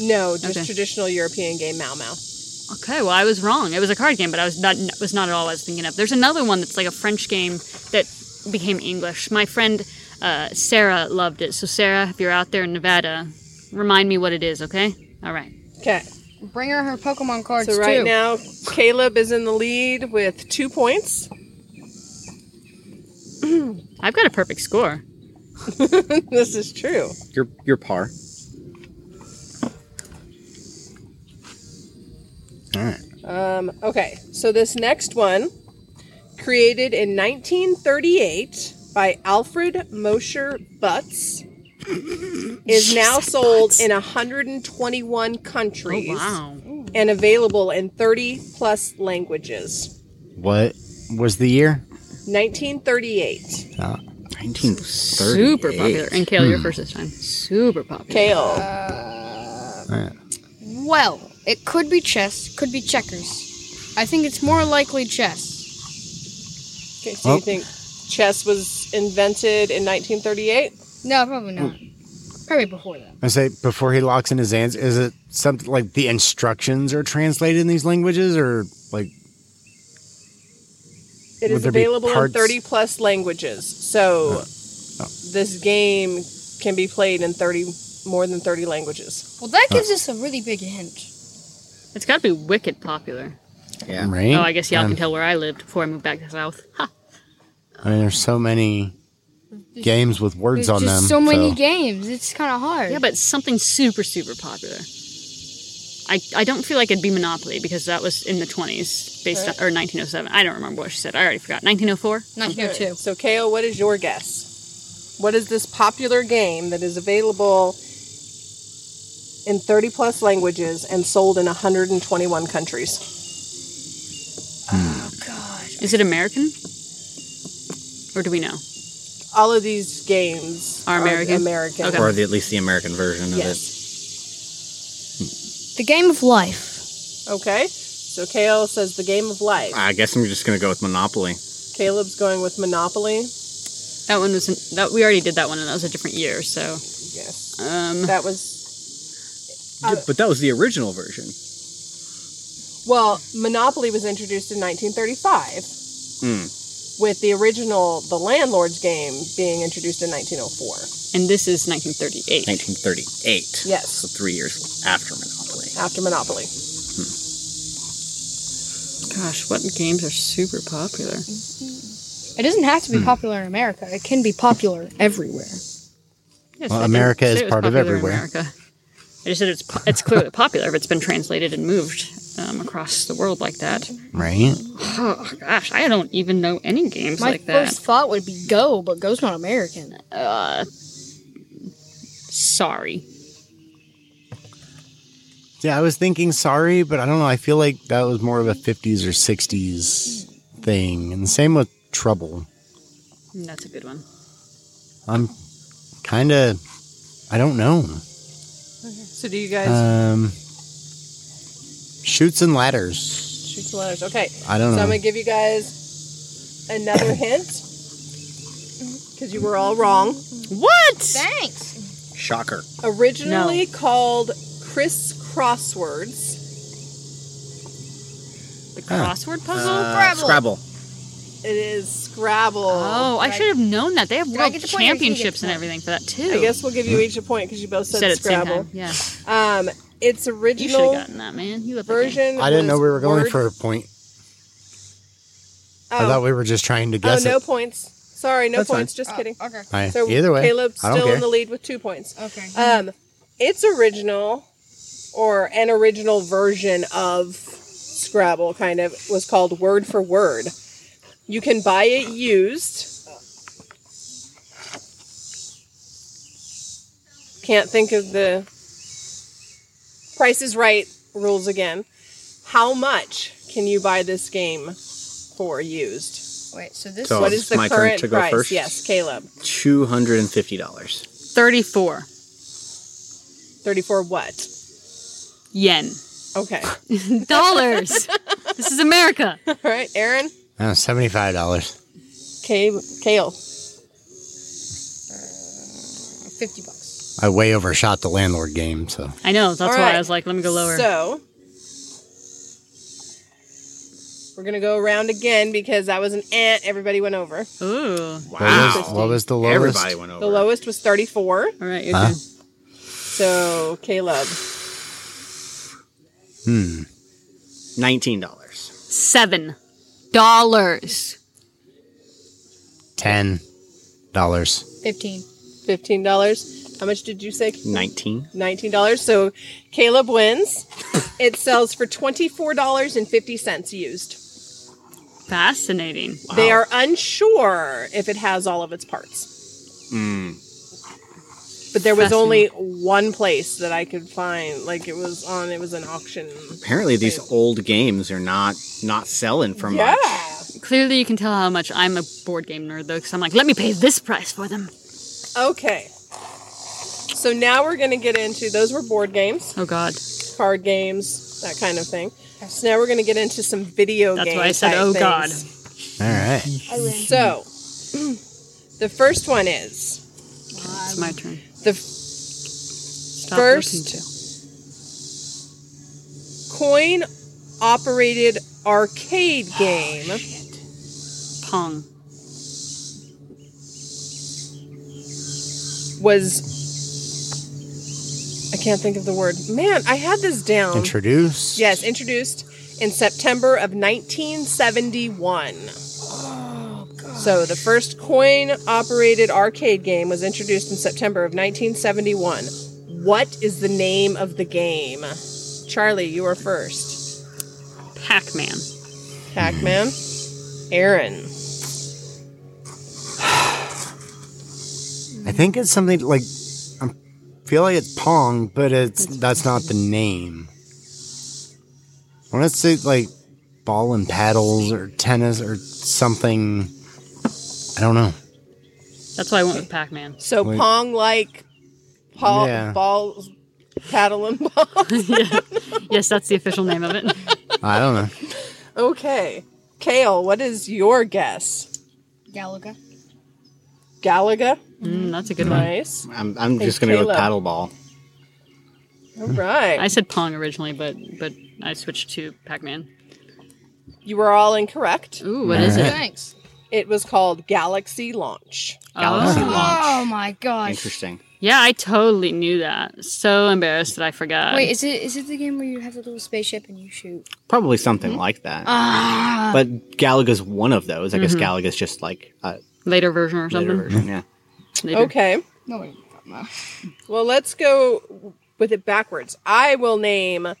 B: No, just
E: Okay.
B: traditional European game Mau Mau.
E: Okay, well I was wrong. It was a card game, but I was not it was not at all what I was thinking of. There's another one that's like a French game that became English. My friend uh, Sarah loved it. So Sarah, if you're out there in Nevada, remind me what it is, okay? All right.
B: Okay.
C: Bring her her Pokemon cards
B: So right
C: too.
B: now, Caleb is in the lead with two points.
E: I've got a perfect score.
B: this is true.
D: You're you're par.
A: All right.
B: Um, okay, so this next one, created in 1938 by Alfred Mosher Butts, is now sold in 121 countries
E: Oh wow.
B: and available in 30 plus languages.
A: What was the year?
B: 1938.
A: Uh,
D: 1930.
E: Super popular. And Kale, your first this time. Super popular. Uh,
B: Kale.
A: Uh,
C: Well, it could be chess, could be checkers. I think it's more likely chess.
B: Okay, so you
E: oh.
A: Well-
B: think chess was invented in 1938?
C: No, probably not. Probably before that.
A: I say before he locks in his hands, is it something like the instructions are translated in these languages, or like
B: It
A: Would
B: is
A: there be Uh,
B: available in
A: cards?
B: 30 plus languages. So this game can be played in 30 more than 30 languages.
C: Well, that gives us a really big hint.
E: It's gotta be wicked popular.
D: Yeah.
A: rain?
E: Oh, I guess y'all
A: Um,
E: can tell where I lived before I moved back to the South. Ha.
A: I mean, there's so many games with words
C: There's
A: on
C: just
A: them.
C: so many games. It's kind of hard.
E: Yeah, but something super, super popular. I, I don't feel like it'd be Monopoly because that was in the 20s, based on, or 1907. I don't remember what she said. I already forgot. 1904?
C: not here too.
B: So, Kao, what is your guess? What is this popular game that is available in 30 plus languages and sold in 121 countries?
E: Is it American? Or do we know?
B: All of these games
E: Are American?
B: American.
E: Okay.
D: Or the, at least the American version
B: Yes.
C: The game of life.
B: Okay. So, Kale says the game of life.
D: of it. I guess I'm just gonna go with Monopoly.
B: Caleb's going with Monopoly.
E: That one was in, that we already did that one, and that was a different year. So
B: Yes.
E: um,
B: That was Uh,
D: but that was the original version.
B: Well, Monopoly was introduced in 1935,
A: Hmm.
B: with the original The Landlord's Game being introduced in 1904
E: and this is 1938.
D: 1938.
B: Yes.
D: So three years after Monopoly.
B: after Monopoly.
E: Gosh, what games are super popular?
C: It doesn't have to be popular in America. It can be popular everywhere.
E: Yes,
A: Well,
E: I didn't
A: America
E: say
A: is
E: it was
A: part of
E: popular in
A: everywhere.
E: America. I just said it's po- it's clearly popular if it's been translated and moved um, across the world like that.
A: right?
E: Oh gosh, I don't even know any games
C: My
E: like that.
C: first thought would be Go, but Go's not American.
E: Sorry.
A: Yeah, I was thinking sorry, but I don't know. I feel like that was more of a 50s or 60s thing, and same with trouble.
E: That's a good one.
A: I'm kind of, I don't know.
B: So do you guys
A: Um, shoots and ladders.
B: shoot some letters? Okay.
A: I don't
B: so
A: know.
B: I'm going to give you guys another hint because you were all wrong.
E: What?
C: Thanks.
D: Shocker.
B: Originally called Chris Crosswords,
E: The crossword puzzle?
D: Uh, Scrabble.
B: it is Scrabble.
E: oh, I should have known that. They have
C: Did I
E: world
C: get the point or did you get
E: championships
C: the
E: and
C: point?
E: everything for that too.
B: I guess we'll give you each a point because you both
E: you
B: said,
E: said it at the same
B: Scrabble.
E: time. Yeah.
B: Um, its
E: You should have
B: original
E: gotten that, man. You left the game.
B: version.
A: I didn't know
B: was
A: we were going
B: word-
A: for a point. I
B: Oh.
A: thought we were just trying to
B: Oh,
A: guess
B: no
A: it.
B: points. Sorry, no
D: That's fine.
B: points. Just kidding.
C: Oh, Okay.
A: I-
B: So
A: Either way,
B: Caleb's
A: I don't
B: still
A: care.
B: in the lead with two points.
C: Okay.
B: Um, it's original or an original version of Scrabble, kind of was called Word for Word. You can buy it used. Can't think of the Price is Right rules again. How much can you buy this game for used?
C: Wait, so this
D: So-
B: What
D: Oh,
B: is
D: it's
B: the
D: my turn
B: current
D: to go
B: price?
D: first?
B: Yes, Caleb.
D: Two hundred and fifty dollars.
E: 34
B: Thirty-four. What?
E: yen.
B: Okay.
E: Dollars. this is America.
B: All right, Aaron.
A: Oh, seventy-five dollars.
B: Cave. Kale.
C: 50 bucks.
A: I way overshot the landlord game, so
E: I know. That's
B: All
E: why
B: right.
E: I was like, let me go lower.
B: So we're gonna go around again because that was an ant. Everybody went over.
E: Ooh.
A: what, was, what was the lowest?
D: Everybody went over.
B: The lowest was thirty-four.
E: All right, your
A: Huh?
E: turn.
B: So Caleb,
D: Nineteen dollars.
E: Seven dollars.
A: Ten dollars.
C: 15.
B: fifteen dollars. How much did you say?
D: Nineteen.
B: Nineteen dollars. So Caleb wins. it sells for twenty-four dollars and fifty cents used.
E: Fascinating.
B: They are unsure if it has all of its parts. But there was only one place that I could find. Like it was on. It was an auction.
D: Apparently, these old games are not not selling for
B: Yeah.
D: much.
E: Clearly, you can tell how much I'm a board game nerd, though, because I'm like, let me pay this price for them.
B: Okay. So now we're going to get into those were board games,
E: Oh, God.
B: card games, that kind of thing. So now we're going to get into some video
E: That's
B: games.
E: why I said, oh, God.
A: All right.
B: So the first one is
E: It's my turn.
B: the f-
E: Stop
B: First-
E: listening to.
B: coin operated arcade game.
E: Pong.
B: was I can't think of the word. Man, I had this down.
A: Introduce.
B: yes, introduced in September of 1971. So the first coin-operated arcade game was introduced in September of 1971. What is the name of the game? Charlie, you are first.
E: Pac Man.
B: Pac-Man. Aaron.
A: I think it's something like I feel like it's Pong, but it's that's not the name. I want to say like ball and paddles or tennis or something. I don't know.
E: That's why I went with Pac Man.
B: So
A: Wait.
B: Pong like Paul
A: Yeah.
B: balls paddle and ball.
E: Yes, that's the official name of it.
A: I don't know.
B: Okay. Kale, what is your guess?
C: Galaga.
B: Galaga?
E: Mm, that's a good one.
B: Nice.
D: I'm, I'm
B: Hey,
D: just gonna go with
B: Caleb.
D: paddleball.
B: All right.
E: I said Pong originally, but but I switched to Pac Man.
B: you were all incorrect.
E: Ooh, what is it?
C: Thanks.
B: It was called Galaxy Launch.
D: Galaxy
E: Oh.
D: launch.
C: Oh my gosh.
D: Interesting.
E: Yeah, I totally knew that. So embarrassed that I forgot.
C: Wait, is it is it the game where you have the little spaceship and you shoot?
D: Probably something
B: Mm-hmm.
D: like that.
B: Uh,
D: But Galaga's one of those. I guess
B: Mm-hmm.
D: Galaga's just like a
E: later version or something.
D: later version. Yeah.
E: Later.
B: Okay.
C: No, wait. no.
B: Well, let's go with it backwards. I will name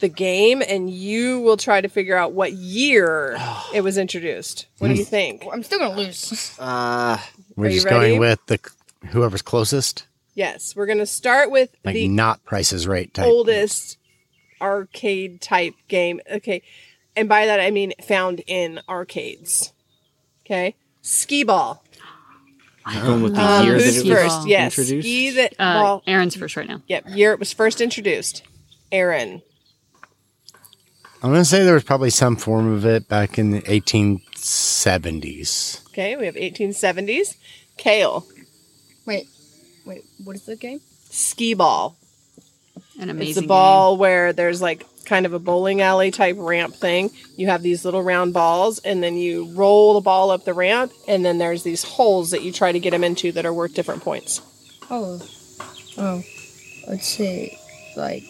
B: the game and you will try to figure out what year it was introduced. What do you think?
C: I'm still gonna lose.
D: Uh,
A: We're
B: Are you
A: just
B: ready?
A: going with the whoever's closest,
B: Yes, we're going to start with
A: like
B: the
A: not prices right type.
B: oldest arcade type game. Okay. And by that I mean found in arcades. Okay. Skee ball.
D: I'm going with the
B: Um,
D: year that
B: who's
D: it was
B: first?
E: ball
B: Yes.
D: introduced?
B: Ski that
E: Uh,
B: ball.
E: Aaron's first right now.
B: Yep. Year it was first introduced. Aaron.
A: I'm gonna say there was probably some form of it back in the 1870s.
B: Okay. We have 1870s. Kale.
C: Wait, wait. What is the game?
B: Skee ball.
E: An amazing
B: it's a ball where there's like kind of a bowling alley type ramp thing. You have these little round balls, and then you roll the ball up the ramp, and then there's these holes that you try to get them into that are worth different points.
C: Oh, oh. Let's say like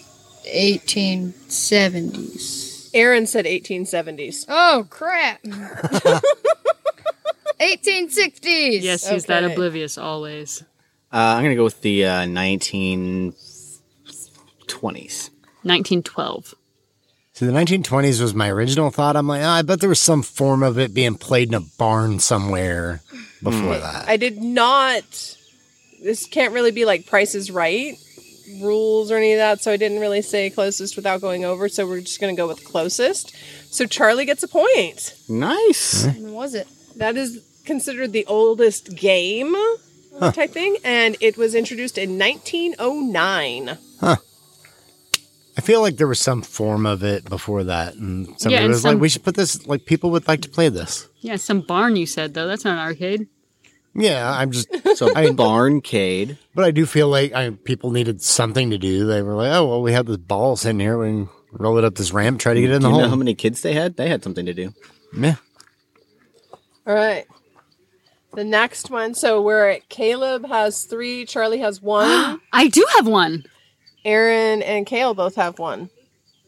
C: 1870s.
B: Aaron said 1870s.
C: Oh crap! 1860s.
E: Game. Yes, he's that
B: Okay.
E: oblivious always.
D: Uh, I'm gonna go with the uh, 1920s.
E: 1912.
A: So the 1920s was my original thought. I'm like, oh, I bet there was some form of it being played in a barn somewhere
D: Mm.
A: before that.
B: I did not. This can't really be like Price is Right rules or any of that, so I didn't really say closest without going over. So we're just going to go with closest. So Charlie gets a point.
D: Nice.
C: When was it?
B: That is considered the oldest game type thing, and it was introduced in 1909.
A: I feel like there was some form of it before that, and somebody
E: and
A: was
E: some-
A: like, "We should put this. Like, people would like to play this."
E: Yeah, some barn you said though. That's not an arcade.
A: Yeah, I'm just,
D: So barncade.
A: but I do feel like I people needed something to do. They were like, "Oh, well, we have this ball sitting here. We can roll it up this ramp, try to get it in the
D: Do you
A: hole."
D: know how many kids they had? They had something to do.
A: yeah.
B: All right. The next one. So we're at Caleb has three, Charlie has one,
E: I do have one.
B: Aaron and Kale both have one.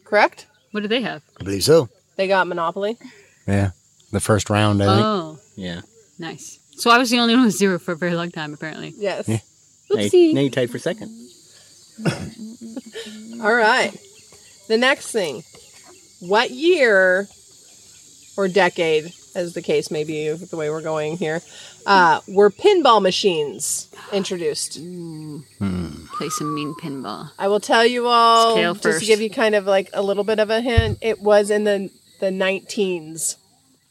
B: Correct?
E: What do they have?
A: I believe so.
B: They got Monopoly.
A: Yeah, the first round, I think.
D: Uh,
E: Oh,
D: Yeah.
E: nice. So I was the only one with zero for a very long time, apparently.
B: Yes.
D: Now you, now you tied for second.
B: All right. The next thing. What year or decade, as the case may be, with the way we're going here, uh, were pinball machines introduced?
E: Play some mean pinball.
B: I will tell you all
E: Scale
B: just
E: first.
B: to give you kind of like a little bit of a hint. It was in the the 19s.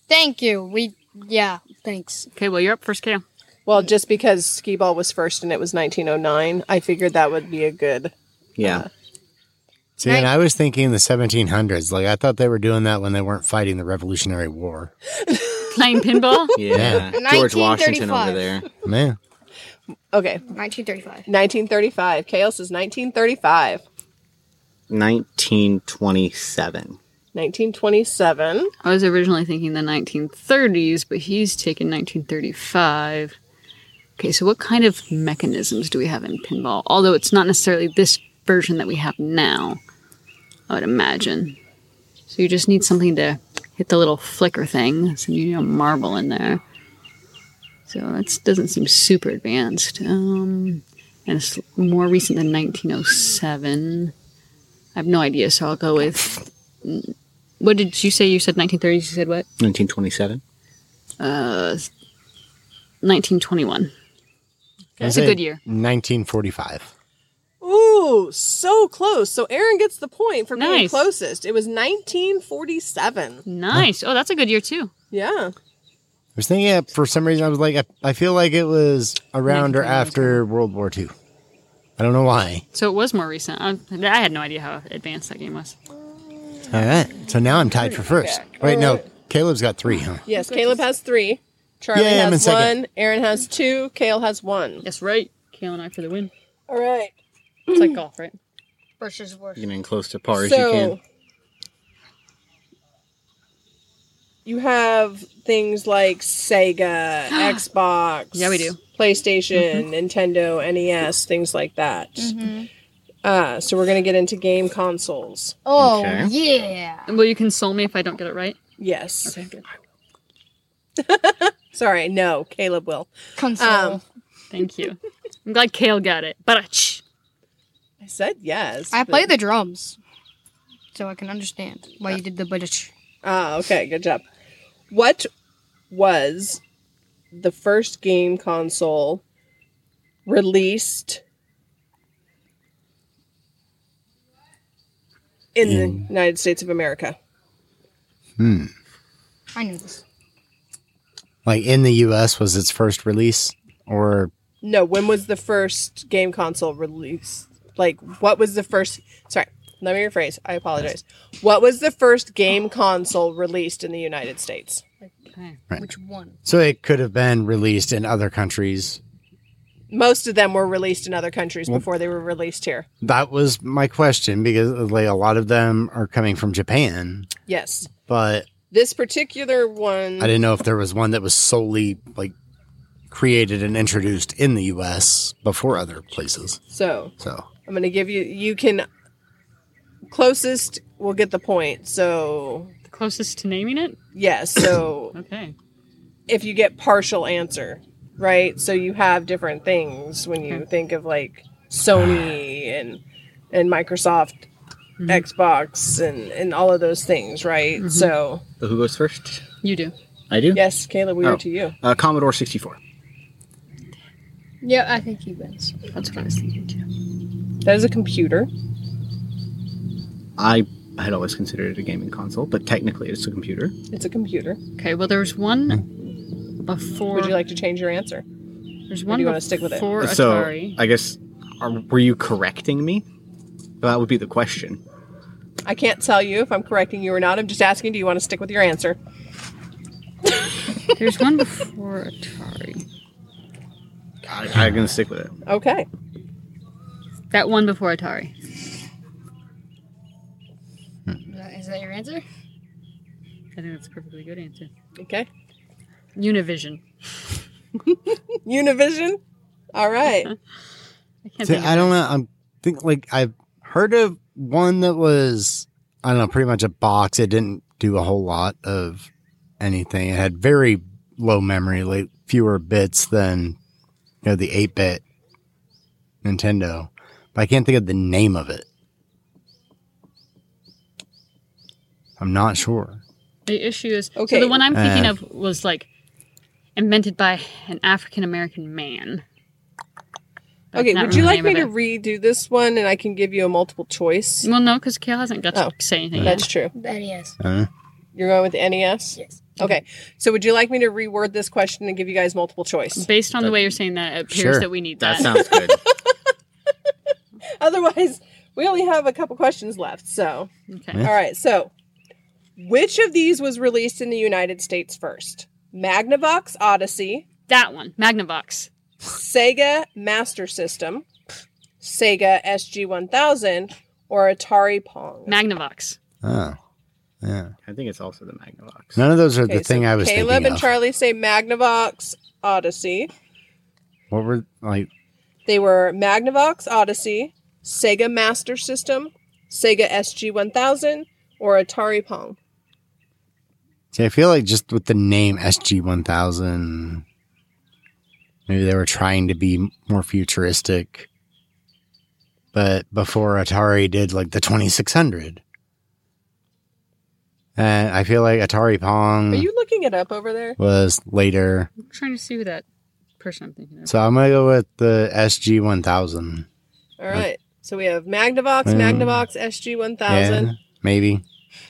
C: Thank you. We yeah. Thanks.
E: Okay, well you're up first, Kale.
B: Well, just because skee ball was first and it was 1909, I figured that would be a good.
D: Yeah.
A: See, and I was thinking the 1700s. Like, I thought they were doing that when they weren't fighting the Revolutionary War.
E: Playing pinball?
D: yeah. George Washington over
C: 1935.
D: there.
A: Man,
B: Okay,
C: 1935.
B: 1935. Chaos is 1935.
D: 1927.
B: 1927.
E: I was originally thinking the 1930s, but he's taken 1935. Okay, so what kind of mechanisms do we have in pinball? Although it's not necessarily this version that we have now, I would imagine. So you just need something to hit the little flicker thing, so you need a marble in there. So that doesn't seem super advanced. Um, and it's more recent than 1907. I have no idea, so I'll go with what did you say? You said 1930s. You said what?
D: 1927.
E: 1921. That's a
A: I'd say
E: good year.
A: 1945.
B: Ooh, so close. So Aaron gets the point for being
E: Nice.
B: closest. It was 1947.
E: Nice. Oh, that's a good year too.
B: Yeah.
A: I was thinking that for some reason, I was like, I, I feel like it was around or after World War II. I don't know why.
E: So it was more recent. I, I had no idea how advanced that game was.
A: All right. So now I'm tied for first. Wait, no. Caleb's got three, huh?
B: Yes, Caleb has three. Charlie
A: Yay, I'm in
B: has
A: second.
B: one. Aaron has two. Kale has one.
E: That's right. Kale and I for the win.
B: All right.
E: It's like golf, right?
C: Versus worst.
D: Getting close to par as
B: so,
D: you can.
B: you have things like Sega, Xbox.
E: Yeah, we do. Mm-hmm.
B: PlayStation, Nintendo, NES, things like that. Uh, so we're going to get into game consoles.
C: Oh
D: Okay.
C: yeah.
E: Will you console me if I don't get it right?
B: Yes.
E: Okay, good.
B: Sorry, no, Caleb will.
C: Console.
B: Um,
E: Thank you. I'm glad Kale got it. But uh,
B: I said yes.
C: I
B: but-
C: play the drums, so I can understand why you did the British.
B: Ah, okay, good job. What was the first game console released in the United States of America?
C: I knew this.
A: Like, in the U.S. was its first release, or
B: No, when was the first game console released? Like, what was the first? Sorry, let me rephrase. I apologize. What was the first game console released in the United States?
E: okay.
C: Which one?
A: so it could have been released in other countries.
B: Most of them were released in other countries before they were released here.
A: That was my question because, like, a lot of them are coming from Japan,
B: Yes.
A: but
B: This particular one.
A: I didn't know if there was one that was solely like created and introduced in the U.S. before other places.
B: So
A: So
B: I'm going to give you, you can, closest will get the point. So,
E: The closest to naming it?
B: yes. So
E: Okay.
B: if you get partial answer, right? So you have different things when you think of like Sony and, and Microsoft, Xbox, and, and all of those things, right? So,
D: So who goes first?
E: You do.
D: I do.
B: yes, Caleb, we are
D: Oh.
B: to you.
D: Uh, Commodore 64.
C: Yeah, I think he wins.
E: That's what I was thinking too.
B: That is a computer.
D: I had always considered it a gaming console, but technically it's a computer.
B: It's a computer.
E: Okay, well, there's one before.
B: Would you like to change your answer?
E: There's one
B: you
E: before
B: wanna stick with it?
E: Atari.
D: So I guess are, were you correcting me? That would be the question.
B: I can't tell you if I'm correcting you or not. I'm just asking, do you want to stick with your answer?
E: There's one before Atari.
D: I, I'm gonna stick with it.
B: Okay.
E: That one before Atari.
C: Is that your answer?
E: I think that's a perfectly good answer.
B: Okay.
E: Univision.
B: Univision. All right.
E: I can't
A: See,
E: think of
A: I don't know. I'm think like I've heard of one that was I don't know, pretty much a box. It didn't do a whole lot of anything. It had very low memory, like fewer bits than you know the eight bit Nintendo. But I can't think of the name of it. I'm not sure.
E: The issue is
B: Okay.
E: so the one I'm thinking
A: Uh.
E: of was like invented by an African American man. But I
B: Okay.
E: cannot
B: Would you like
E: remember
B: me
E: the
B: to
E: name of
B: redo this one and I can give you a multiple choice?
E: it. Well, no, because Kale hasn't got to
B: Oh,
E: say anything yet.
B: That's true.
C: That yes.
A: Huh?
B: You're going with NES?
C: Yes.
B: Okay. So would you like me to reword this question and give you guys multiple choice?
E: Based on the way you're saying that, it appears
A: Sure.
E: that we need
D: That
E: that.
D: sounds good.
B: Otherwise, we only have a couple questions left. So,
E: okay.
B: all right. So, which of these was released in the United States first? Magnavox Odyssey,
E: That one, Magnavox.
B: Sega Master System, Sega SG-1000, or Atari Pong?
E: Magnavox.
A: Oh. Yeah.
D: I think it's also the Magnavox.
A: None of those are
B: Okay,
A: the thing
B: so
A: I was
B: Caleb
A: thinking
B: and
A: of.
B: Charlie say Magnavox Odyssey.
A: what were like
B: They were Magnavox Odyssey, Sega Master System, Sega SG-1000, or Atari Pong.
A: See, I feel like just with the name SG1000, maybe they were trying to be more futuristic. But before Atari did like the 2600. And I feel like Atari Pong
B: Are you looking it up over there?
A: was later.
E: I'm trying to see who that person I'm thinking of.
A: So I'm going to go with the SG1000.
B: All right. So we have Magnavox,
A: Mm.
B: Magnavox SG-1000.
A: Yeah, maybe.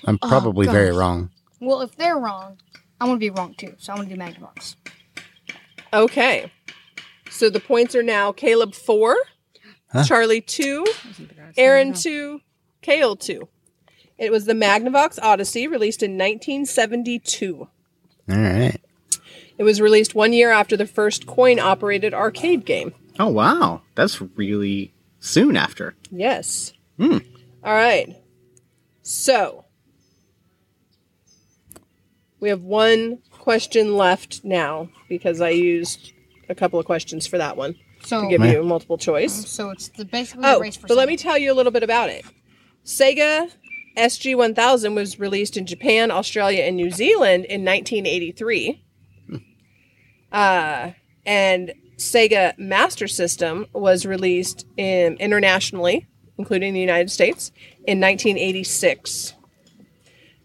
A: I'm
C: Oh,
A: probably very
C: gosh.
A: wrong.
C: Well, if they're wrong, I'm gonna be wrong too. So I'm gonna do Magnavox.
B: Okay. So the points are now Caleb 4,
A: Huh?
B: Charlie 2,
E: I wasn't the guy I was
B: Aaron
E: thinking
B: 2, Kale 2. It was the Magnavox Odyssey released in 1972.
A: All right.
B: It was released one year after the first coin operated arcade game.
D: Oh wow, that's really soon after.
B: Yes.
D: Hmm.
B: All right. So we have one question left now because I used a couple of questions for that one to
C: So
B: give
A: Yeah.
B: you multiple choice.
C: so it's the basically
B: Oh,
C: the race for.
B: but let me
C: second.
B: tell you a little bit about it. Sega SG-1000 was released in Japan, Australia, and New Zealand in 1983.
E: Hmm.
B: Uh, and Sega Master System was released in, internationally, including the United States, in 1986.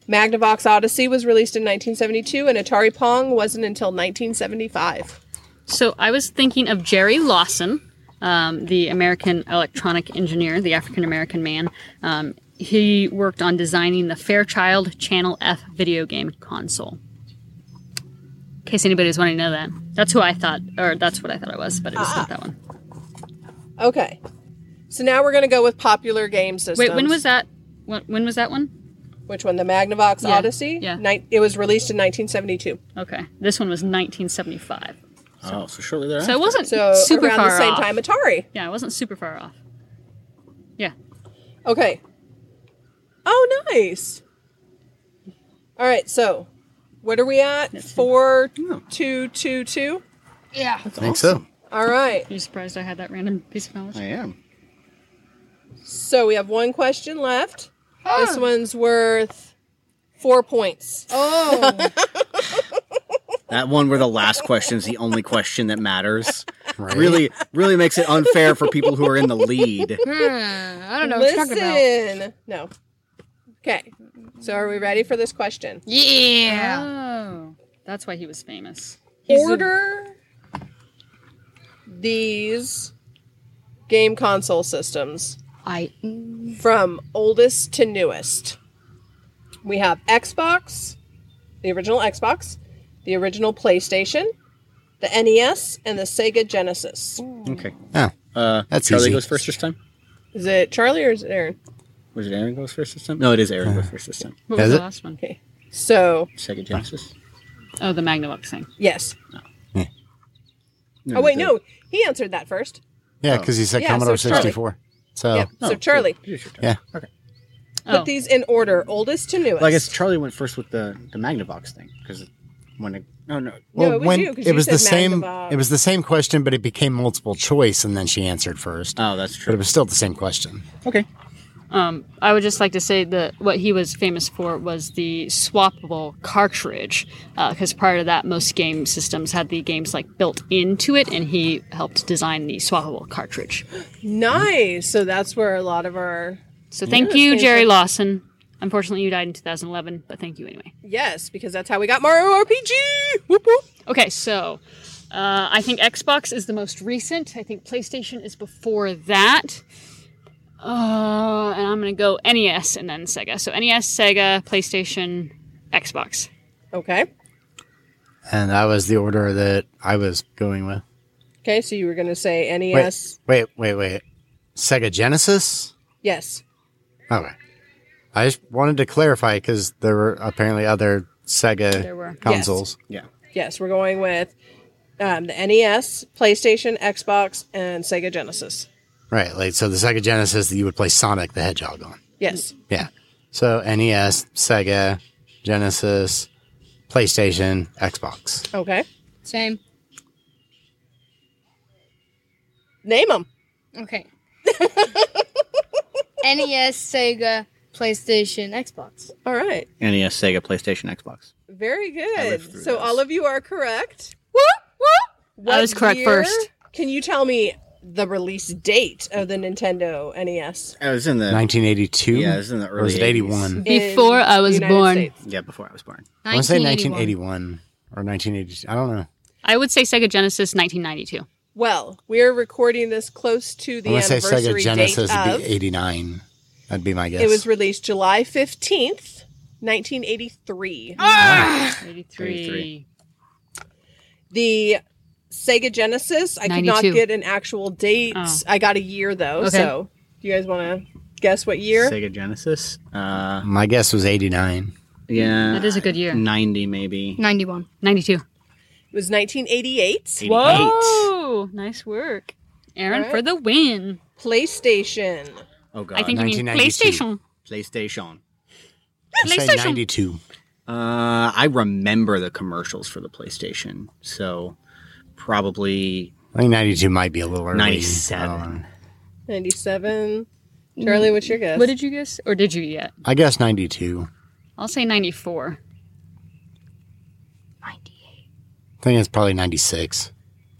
B: Magnavox Odyssey was released in 1972, and Atari Pong wasn't until 1975.
E: So I was thinking of Jerry Lawson, um, the American electronic engineer, the African American man. Um, he worked on designing the Fairchild Channel F video game console. In case anybody was wanting to know that, that's who I thought, or that's what I thought it was, but it was
B: Ah,
E: not that one.
B: Okay. So now we're going to go with popular game systems.
E: Wait, when was that? When, when was that one?
B: Which one? The Magnavox
E: Yeah,
B: Odyssey?
E: yeah.
B: Ni- it was released in 1972.
E: Okay, this one was 1975,
D: Oh, so shortly thereafter.
E: so it wasn't
B: So
E: super
B: around
E: far
B: the same
E: off.
B: time Atari.
E: yeah, it wasn't super far off. Yeah,
B: Okay. Oh, nice. All right. So what are we at? Four,
E: Oh.
B: two, two, two.
C: Yeah.
D: That's
A: I think
D: awesome.
A: so.
B: All right.
E: you surprised I had that random piece of knowledge?
D: I am.
B: So we have one question left. This one's worth four points.
C: Oh.
D: That one where the last question is the only question that matters.
A: Right.
D: Really, really makes it unfair for people who are in the lead.
C: Hmm, I don't know what you're talking about.
B: Listen. No. Okay. So are we ready for this question?
C: Yeah.
E: Oh, that's why he was famous.
B: order these game console systems
E: I
B: from oldest to newest. We have Xbox, the original Xbox, the original PlayStation, the NES, and the Sega Genesis.
D: Okay.
A: Oh,
D: Uh,
A: That's
D: Charlie
A: easy.
D: goes first this time.
B: Is it Charlie or is it Aaron?
D: Was it Aaron goes first this time? No, it is Aaron goes first this time.
E: what
A: Has
E: was the
A: it?
E: last one?
B: Okay. So,
D: Sega Genesis.
E: Oh, the Magnavox thing.
B: yes.
D: No,
B: Oh, wait,
D: the-
B: no. He answered that first.
A: yeah, because he said
B: Yeah, so
A: Commodore
B: it's Charlie.
A: 64. So
B: Yeah.
D: Oh,
B: so, Charlie,
D: it is your turn.
A: Yeah.
D: Okay.
E: Oh,
B: put these in order oldest to newest.
D: Well, I guess Charlie went first with the the Magnavox thing because when it, oh no
B: No, it was you, 'cause you
A: it was
B: said
A: the same,
B: Magnavox.
A: it was the same question, but it became multiple choice, and then she answered first.
D: oh that's
A: but it
D: true.
A: was still the same question.
D: Okay.
E: Um, I would just like to say that what he was famous for was the swappable cartridge, because prior to that, most game systems had the games like built into it, and he helped design the swappable cartridge.
B: Nice. So, that's where a lot of our.
E: So thank you, Jerry Lawson. Unfortunately, you died in 2011, but thank you anyway.
B: Yes, because that's how we got Mario RPG. Whoop, whoop.
E: Okay, so uh, I think Xbox is the most recent. I think PlayStation is before that. Uh, and I'm gonna go NES and then Sega. So NES, Sega, PlayStation, Xbox.
B: Okay.
A: And that was the order that I was going with.
B: Okay. So, you were going to say E NES.
A: Wait, wait, wait. Sega Genesis?
B: Yes.
A: Okay. I just wanted to clarify because there were apparently other Sega
E: There were.
A: consoles.
D: Yeah.
B: Yes, we're going with um, the NES, PlayStation, Xbox, and Sega Genesis.
A: Right. Like, so the Sega Genesis that you would play Sonic the Hedgehog on.
B: Yes.
A: Yeah. So NES, Sega, Genesis, PlayStation, Xbox.
B: Okay.
C: Same.
B: Name them.
C: Okay. NES, Sega, PlayStation, Xbox.
B: All right.
D: NES, Sega, PlayStation, Xbox.
B: Very good.
D: lived
B: So
D: through those.
B: all of you are correct. What
E: I was correct
B: year-
E: first.
B: Can you tell me the release date of the Nintendo E NES?
D: I was in the
A: 1982?
D: yeah, it was in the
A: Or
D: early
A: was it 81?
E: Before
B: in
E: I was
B: the United
E: born.
B: States?
D: Yeah, before I was born.
A: I want to say 1981 or 1980. I don't know.
E: I would say Sega Genesis 1992.
B: Well, we're recording this close to the
A: I want to say
B: anniversary
A: Sega Genesis
B: date
A: would
B: of.
A: be 89. That'd be my guess.
B: It was released July 15th, 1983.
E: Ah! 83.
B: the Sega Genesis. I could not
E: 92.
B: get an actual date.
E: Oh.
B: I got a year though.
E: Okay.
B: So, do you guys want to guess what year?
D: Sega Genesis. Uh,
A: my guess was 89.
D: yeah,
E: That is a good year.
D: 90 maybe.
C: 91.
E: 92.
B: It was 1988.
D: 88.
E: Whoa! Nice work. Aaron
B: Alright.
E: for the win.
B: PlayStation.
D: Oh god.
E: I think you mean
A: 1992.
E: PlayStation.
D: PlayStation.
A: I'd say
E: PlayStation.
A: 92.
D: Uh, I remember the commercials for the PlayStation, so probably
A: I think 92 might be a little early.
D: 97.
A: I don't know.
B: 97. Charlie, what's your guess?
E: What did you guess? Or did you yet?
A: I guess 92.
E: I'll say 94.
A: I think it's probably 96.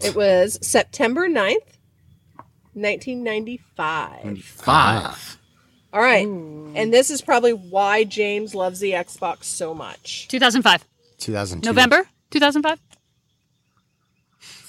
B: it was September 9th, 1995.
D: five.
B: All right. And this is probably why James loves the Xbox so much.
E: 2005.
A: 2002.
E: November 2005?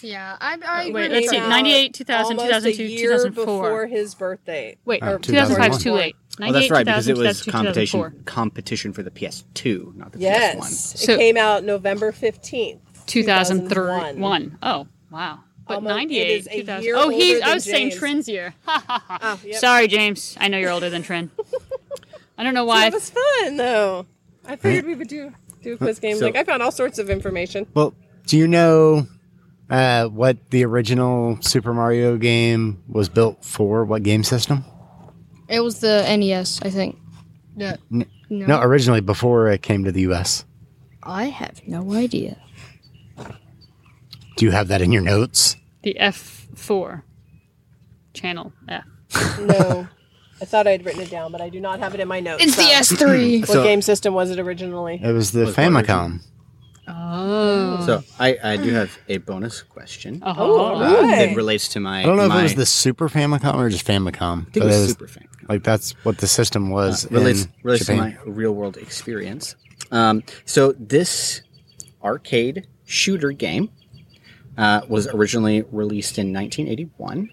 C: Yeah, I, I
E: Wait,
C: really
E: let's see.
B: Came out
E: 98, 2000,
B: almost
E: 2002,
B: a year
E: 2004.
B: before his birthday.
E: Wait,
A: Oh,
E: 2005 is
A: 2001.
E: too late.
D: Oh, that's
E: 98,
D: right because
E: 2000,
D: it was
E: 2002,
D: competition
E: 2004.
D: competition for the PS2, not the
B: Yes. It
E: So-
B: came out November 15th.
E: 2003. One. Oh, wow. But
B: Almost- it
E: 98,
B: is a
E: 2000.
B: year
E: Oh,
B: older
E: he.
B: than
E: I was saying
B: James.
E: Trin's year. Ha ha ha.
B: Oh, yep.
E: Sorry, James. I know you're older than Trin. I don't know why.
B: That was fun though. I figured we would do do a quiz game.
D: So-
B: like I found all sorts of information.
A: Well, do you know uh, what the original Super Mario game was built for? What game system?
C: It was the NES, I think. No.
A: N-
C: No.
A: No, originally before it came to the U.S.
C: I have no idea.
A: Do you have that in your notes?
E: The F4. Channel F.
B: No. I thought I had written it down, but I do not have it in my notes.
C: It's the
B: so-
C: S3.
B: What
D: So-
B: game system was it originally?
A: It was the
D: Was what
A: Famicom.
E: Oh.
D: PS1. So I, I do have a bonus question
E: Oh.
B: Oh,
D: uh,
B: Hey.
D: that relates to my.
A: I don't know if
D: my-
A: it was the Super Famicom or just Famicom.
D: I think
A: but
D: it
A: it
D: was
A: was-
D: Super Uh, Fan.
A: Like that's what the system was.
D: relates
A: in
D: relates to
A: Japan.
D: my real world experience. Um, so this arcade shooter game uh, was originally released in 1981,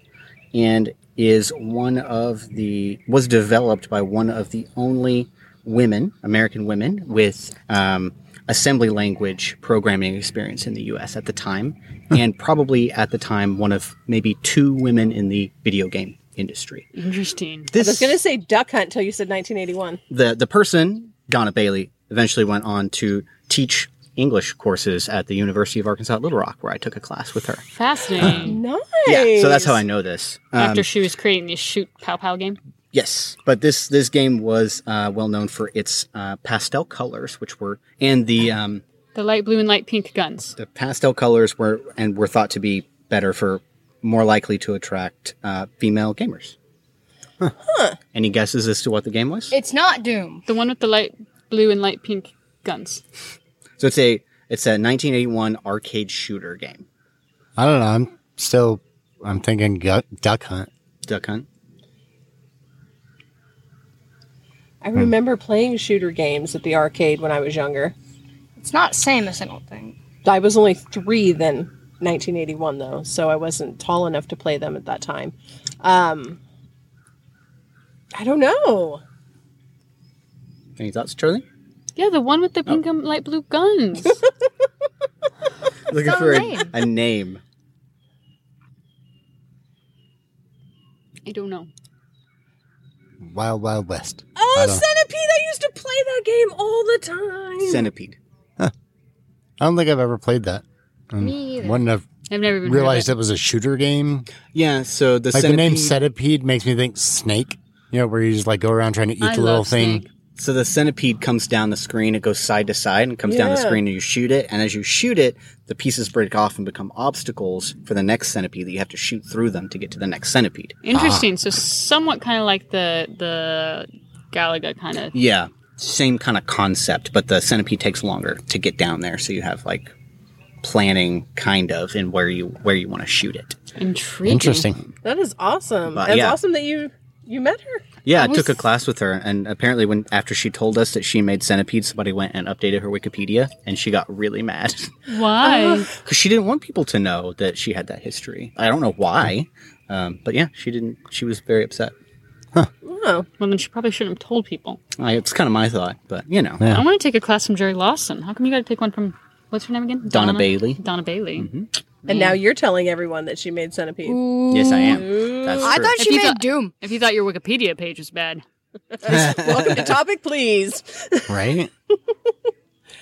D: and is one of the was developed by one of the only women, American women, with um, assembly language programming experience in the U.S. at the time, and probably at the time one of maybe two women in the video game industry.
E: Interesting.
D: This
B: I was going to say Duck Hunt till you said 1981.
D: the the person Donna Bailey eventually went on to teach English courses at the University of Arkansas at Little Rock, where I took a class with her.
E: Fascinating.
B: Nice.
D: Yeah, so that's how I know this. Um,
E: After she was creating the shoot pow pow game.
D: yes, but this this game was uh, well known for its uh, pastel colors, which were and the um,
E: The light blue and light pink guns.
D: the pastel colors were and were thought to be better for more likely to attract uh, female gamers. Any guesses as to what the game was?
C: It's not Doom.
E: The one with the light blue and light pink guns.
D: so it's a it's a 1981 arcade shooter game.
A: I don't know. I'm still, I'm thinking gu- duck hunt.
D: Duck Hunt.
B: I remember playing shooter games at the arcade when I was younger.
C: It's not Samus, I don't think.
B: I was only three then, 1981 though, so I wasn't tall enough to play them at that time. Um, I don't know.
D: Any thoughts, Charlie?
E: Yeah, the one
A: Oh.
E: with the pink and light blue guns.
D: Looking
C: Some
D: for a,
C: name.
D: a name.
E: I don't know.
A: Wild Wild West.
B: Oh,
A: I don't-
B: Centipede! I used to play that game all the time.
D: Centipede.
A: I don't think I've ever played that.
C: Me either.
A: Wouldn't have
E: I've never even
A: realized
E: heard
A: it was a shooter game.
D: Yeah, so the
A: Like
D: centipede.
A: the name centipede makes me think snake. You know, where you just like go around trying to eat
E: of it. I
A: the little
E: love
A: thing. Ah.
E: Snake.
D: so the centipede comes down the screen, it goes side to side and comes down the
B: Yeah.
D: screen and you shoot it, and as you shoot it, the pieces break off and become obstacles for the next centipede that you have to shoot through them to get to the next centipede. Uh,
E: Interesting. So somewhat kind of like the the Galaga kind of.
D: Yeah. Same kind of concept, but the centipede takes longer to get down there, so you have like planning kind of in where you where you want to shoot it.
E: Intriguing.
A: Interesting.
B: That is awesome.
D: But,
A: Uh,
B: That's
D: yeah.
B: awesome that you you met her.
D: Yeah, I took a class with her, and apparently, when after she told us that she made centipede, somebody went and updated her Wikipedia, and she got really mad
E: Why?
A: Ah.
D: because she didn't want people to know that she had that history. I don't know why, um, but yeah, she didn't. She was very upset.
B: Oh,
E: well, then she probably shouldn't have told people.
D: I, it's kind of my thought, but you know,
A: Yeah.
E: I want to take a class from Jerry Lawson. How come you got to take one from what's her name again?
D: Donna Bailey.
E: Donna Bailey.
A: Mm-hmm.
B: and now you're telling everyone that she made Centipede.
D: yes, I am. That's
C: I
D: true.
C: thought she
E: you
C: made
E: thought-
C: Doom.
E: If you thought your Wikipedia page was bad,
B: Welcome to topic, please.
A: right? All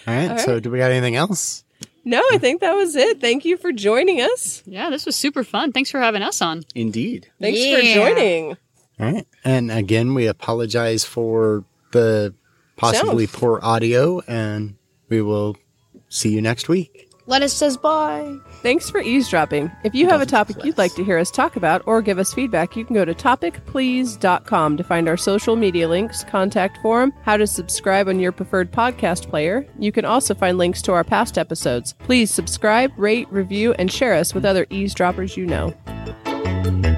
A: right. So, do we got anything else?
B: No, I think that was it. Thank you for joining us.
E: yeah, this was super fun. Thanks for having us on.
D: indeed.
B: Thanks for
C: Yeah.
B: joining.
A: All right. And again, we apologize for the possibly poor audio, and we will see you next week.
C: Lettuce says bye.
B: Thanks for eavesdropping. If you have a topic you'd like to hear us talk about or give us feedback, you can go to topicplease.com to find our social media links, contact form, how to subscribe on your preferred podcast player. You can also find links to our past episodes. Please subscribe, rate, review, and share us with other eavesdroppers you know.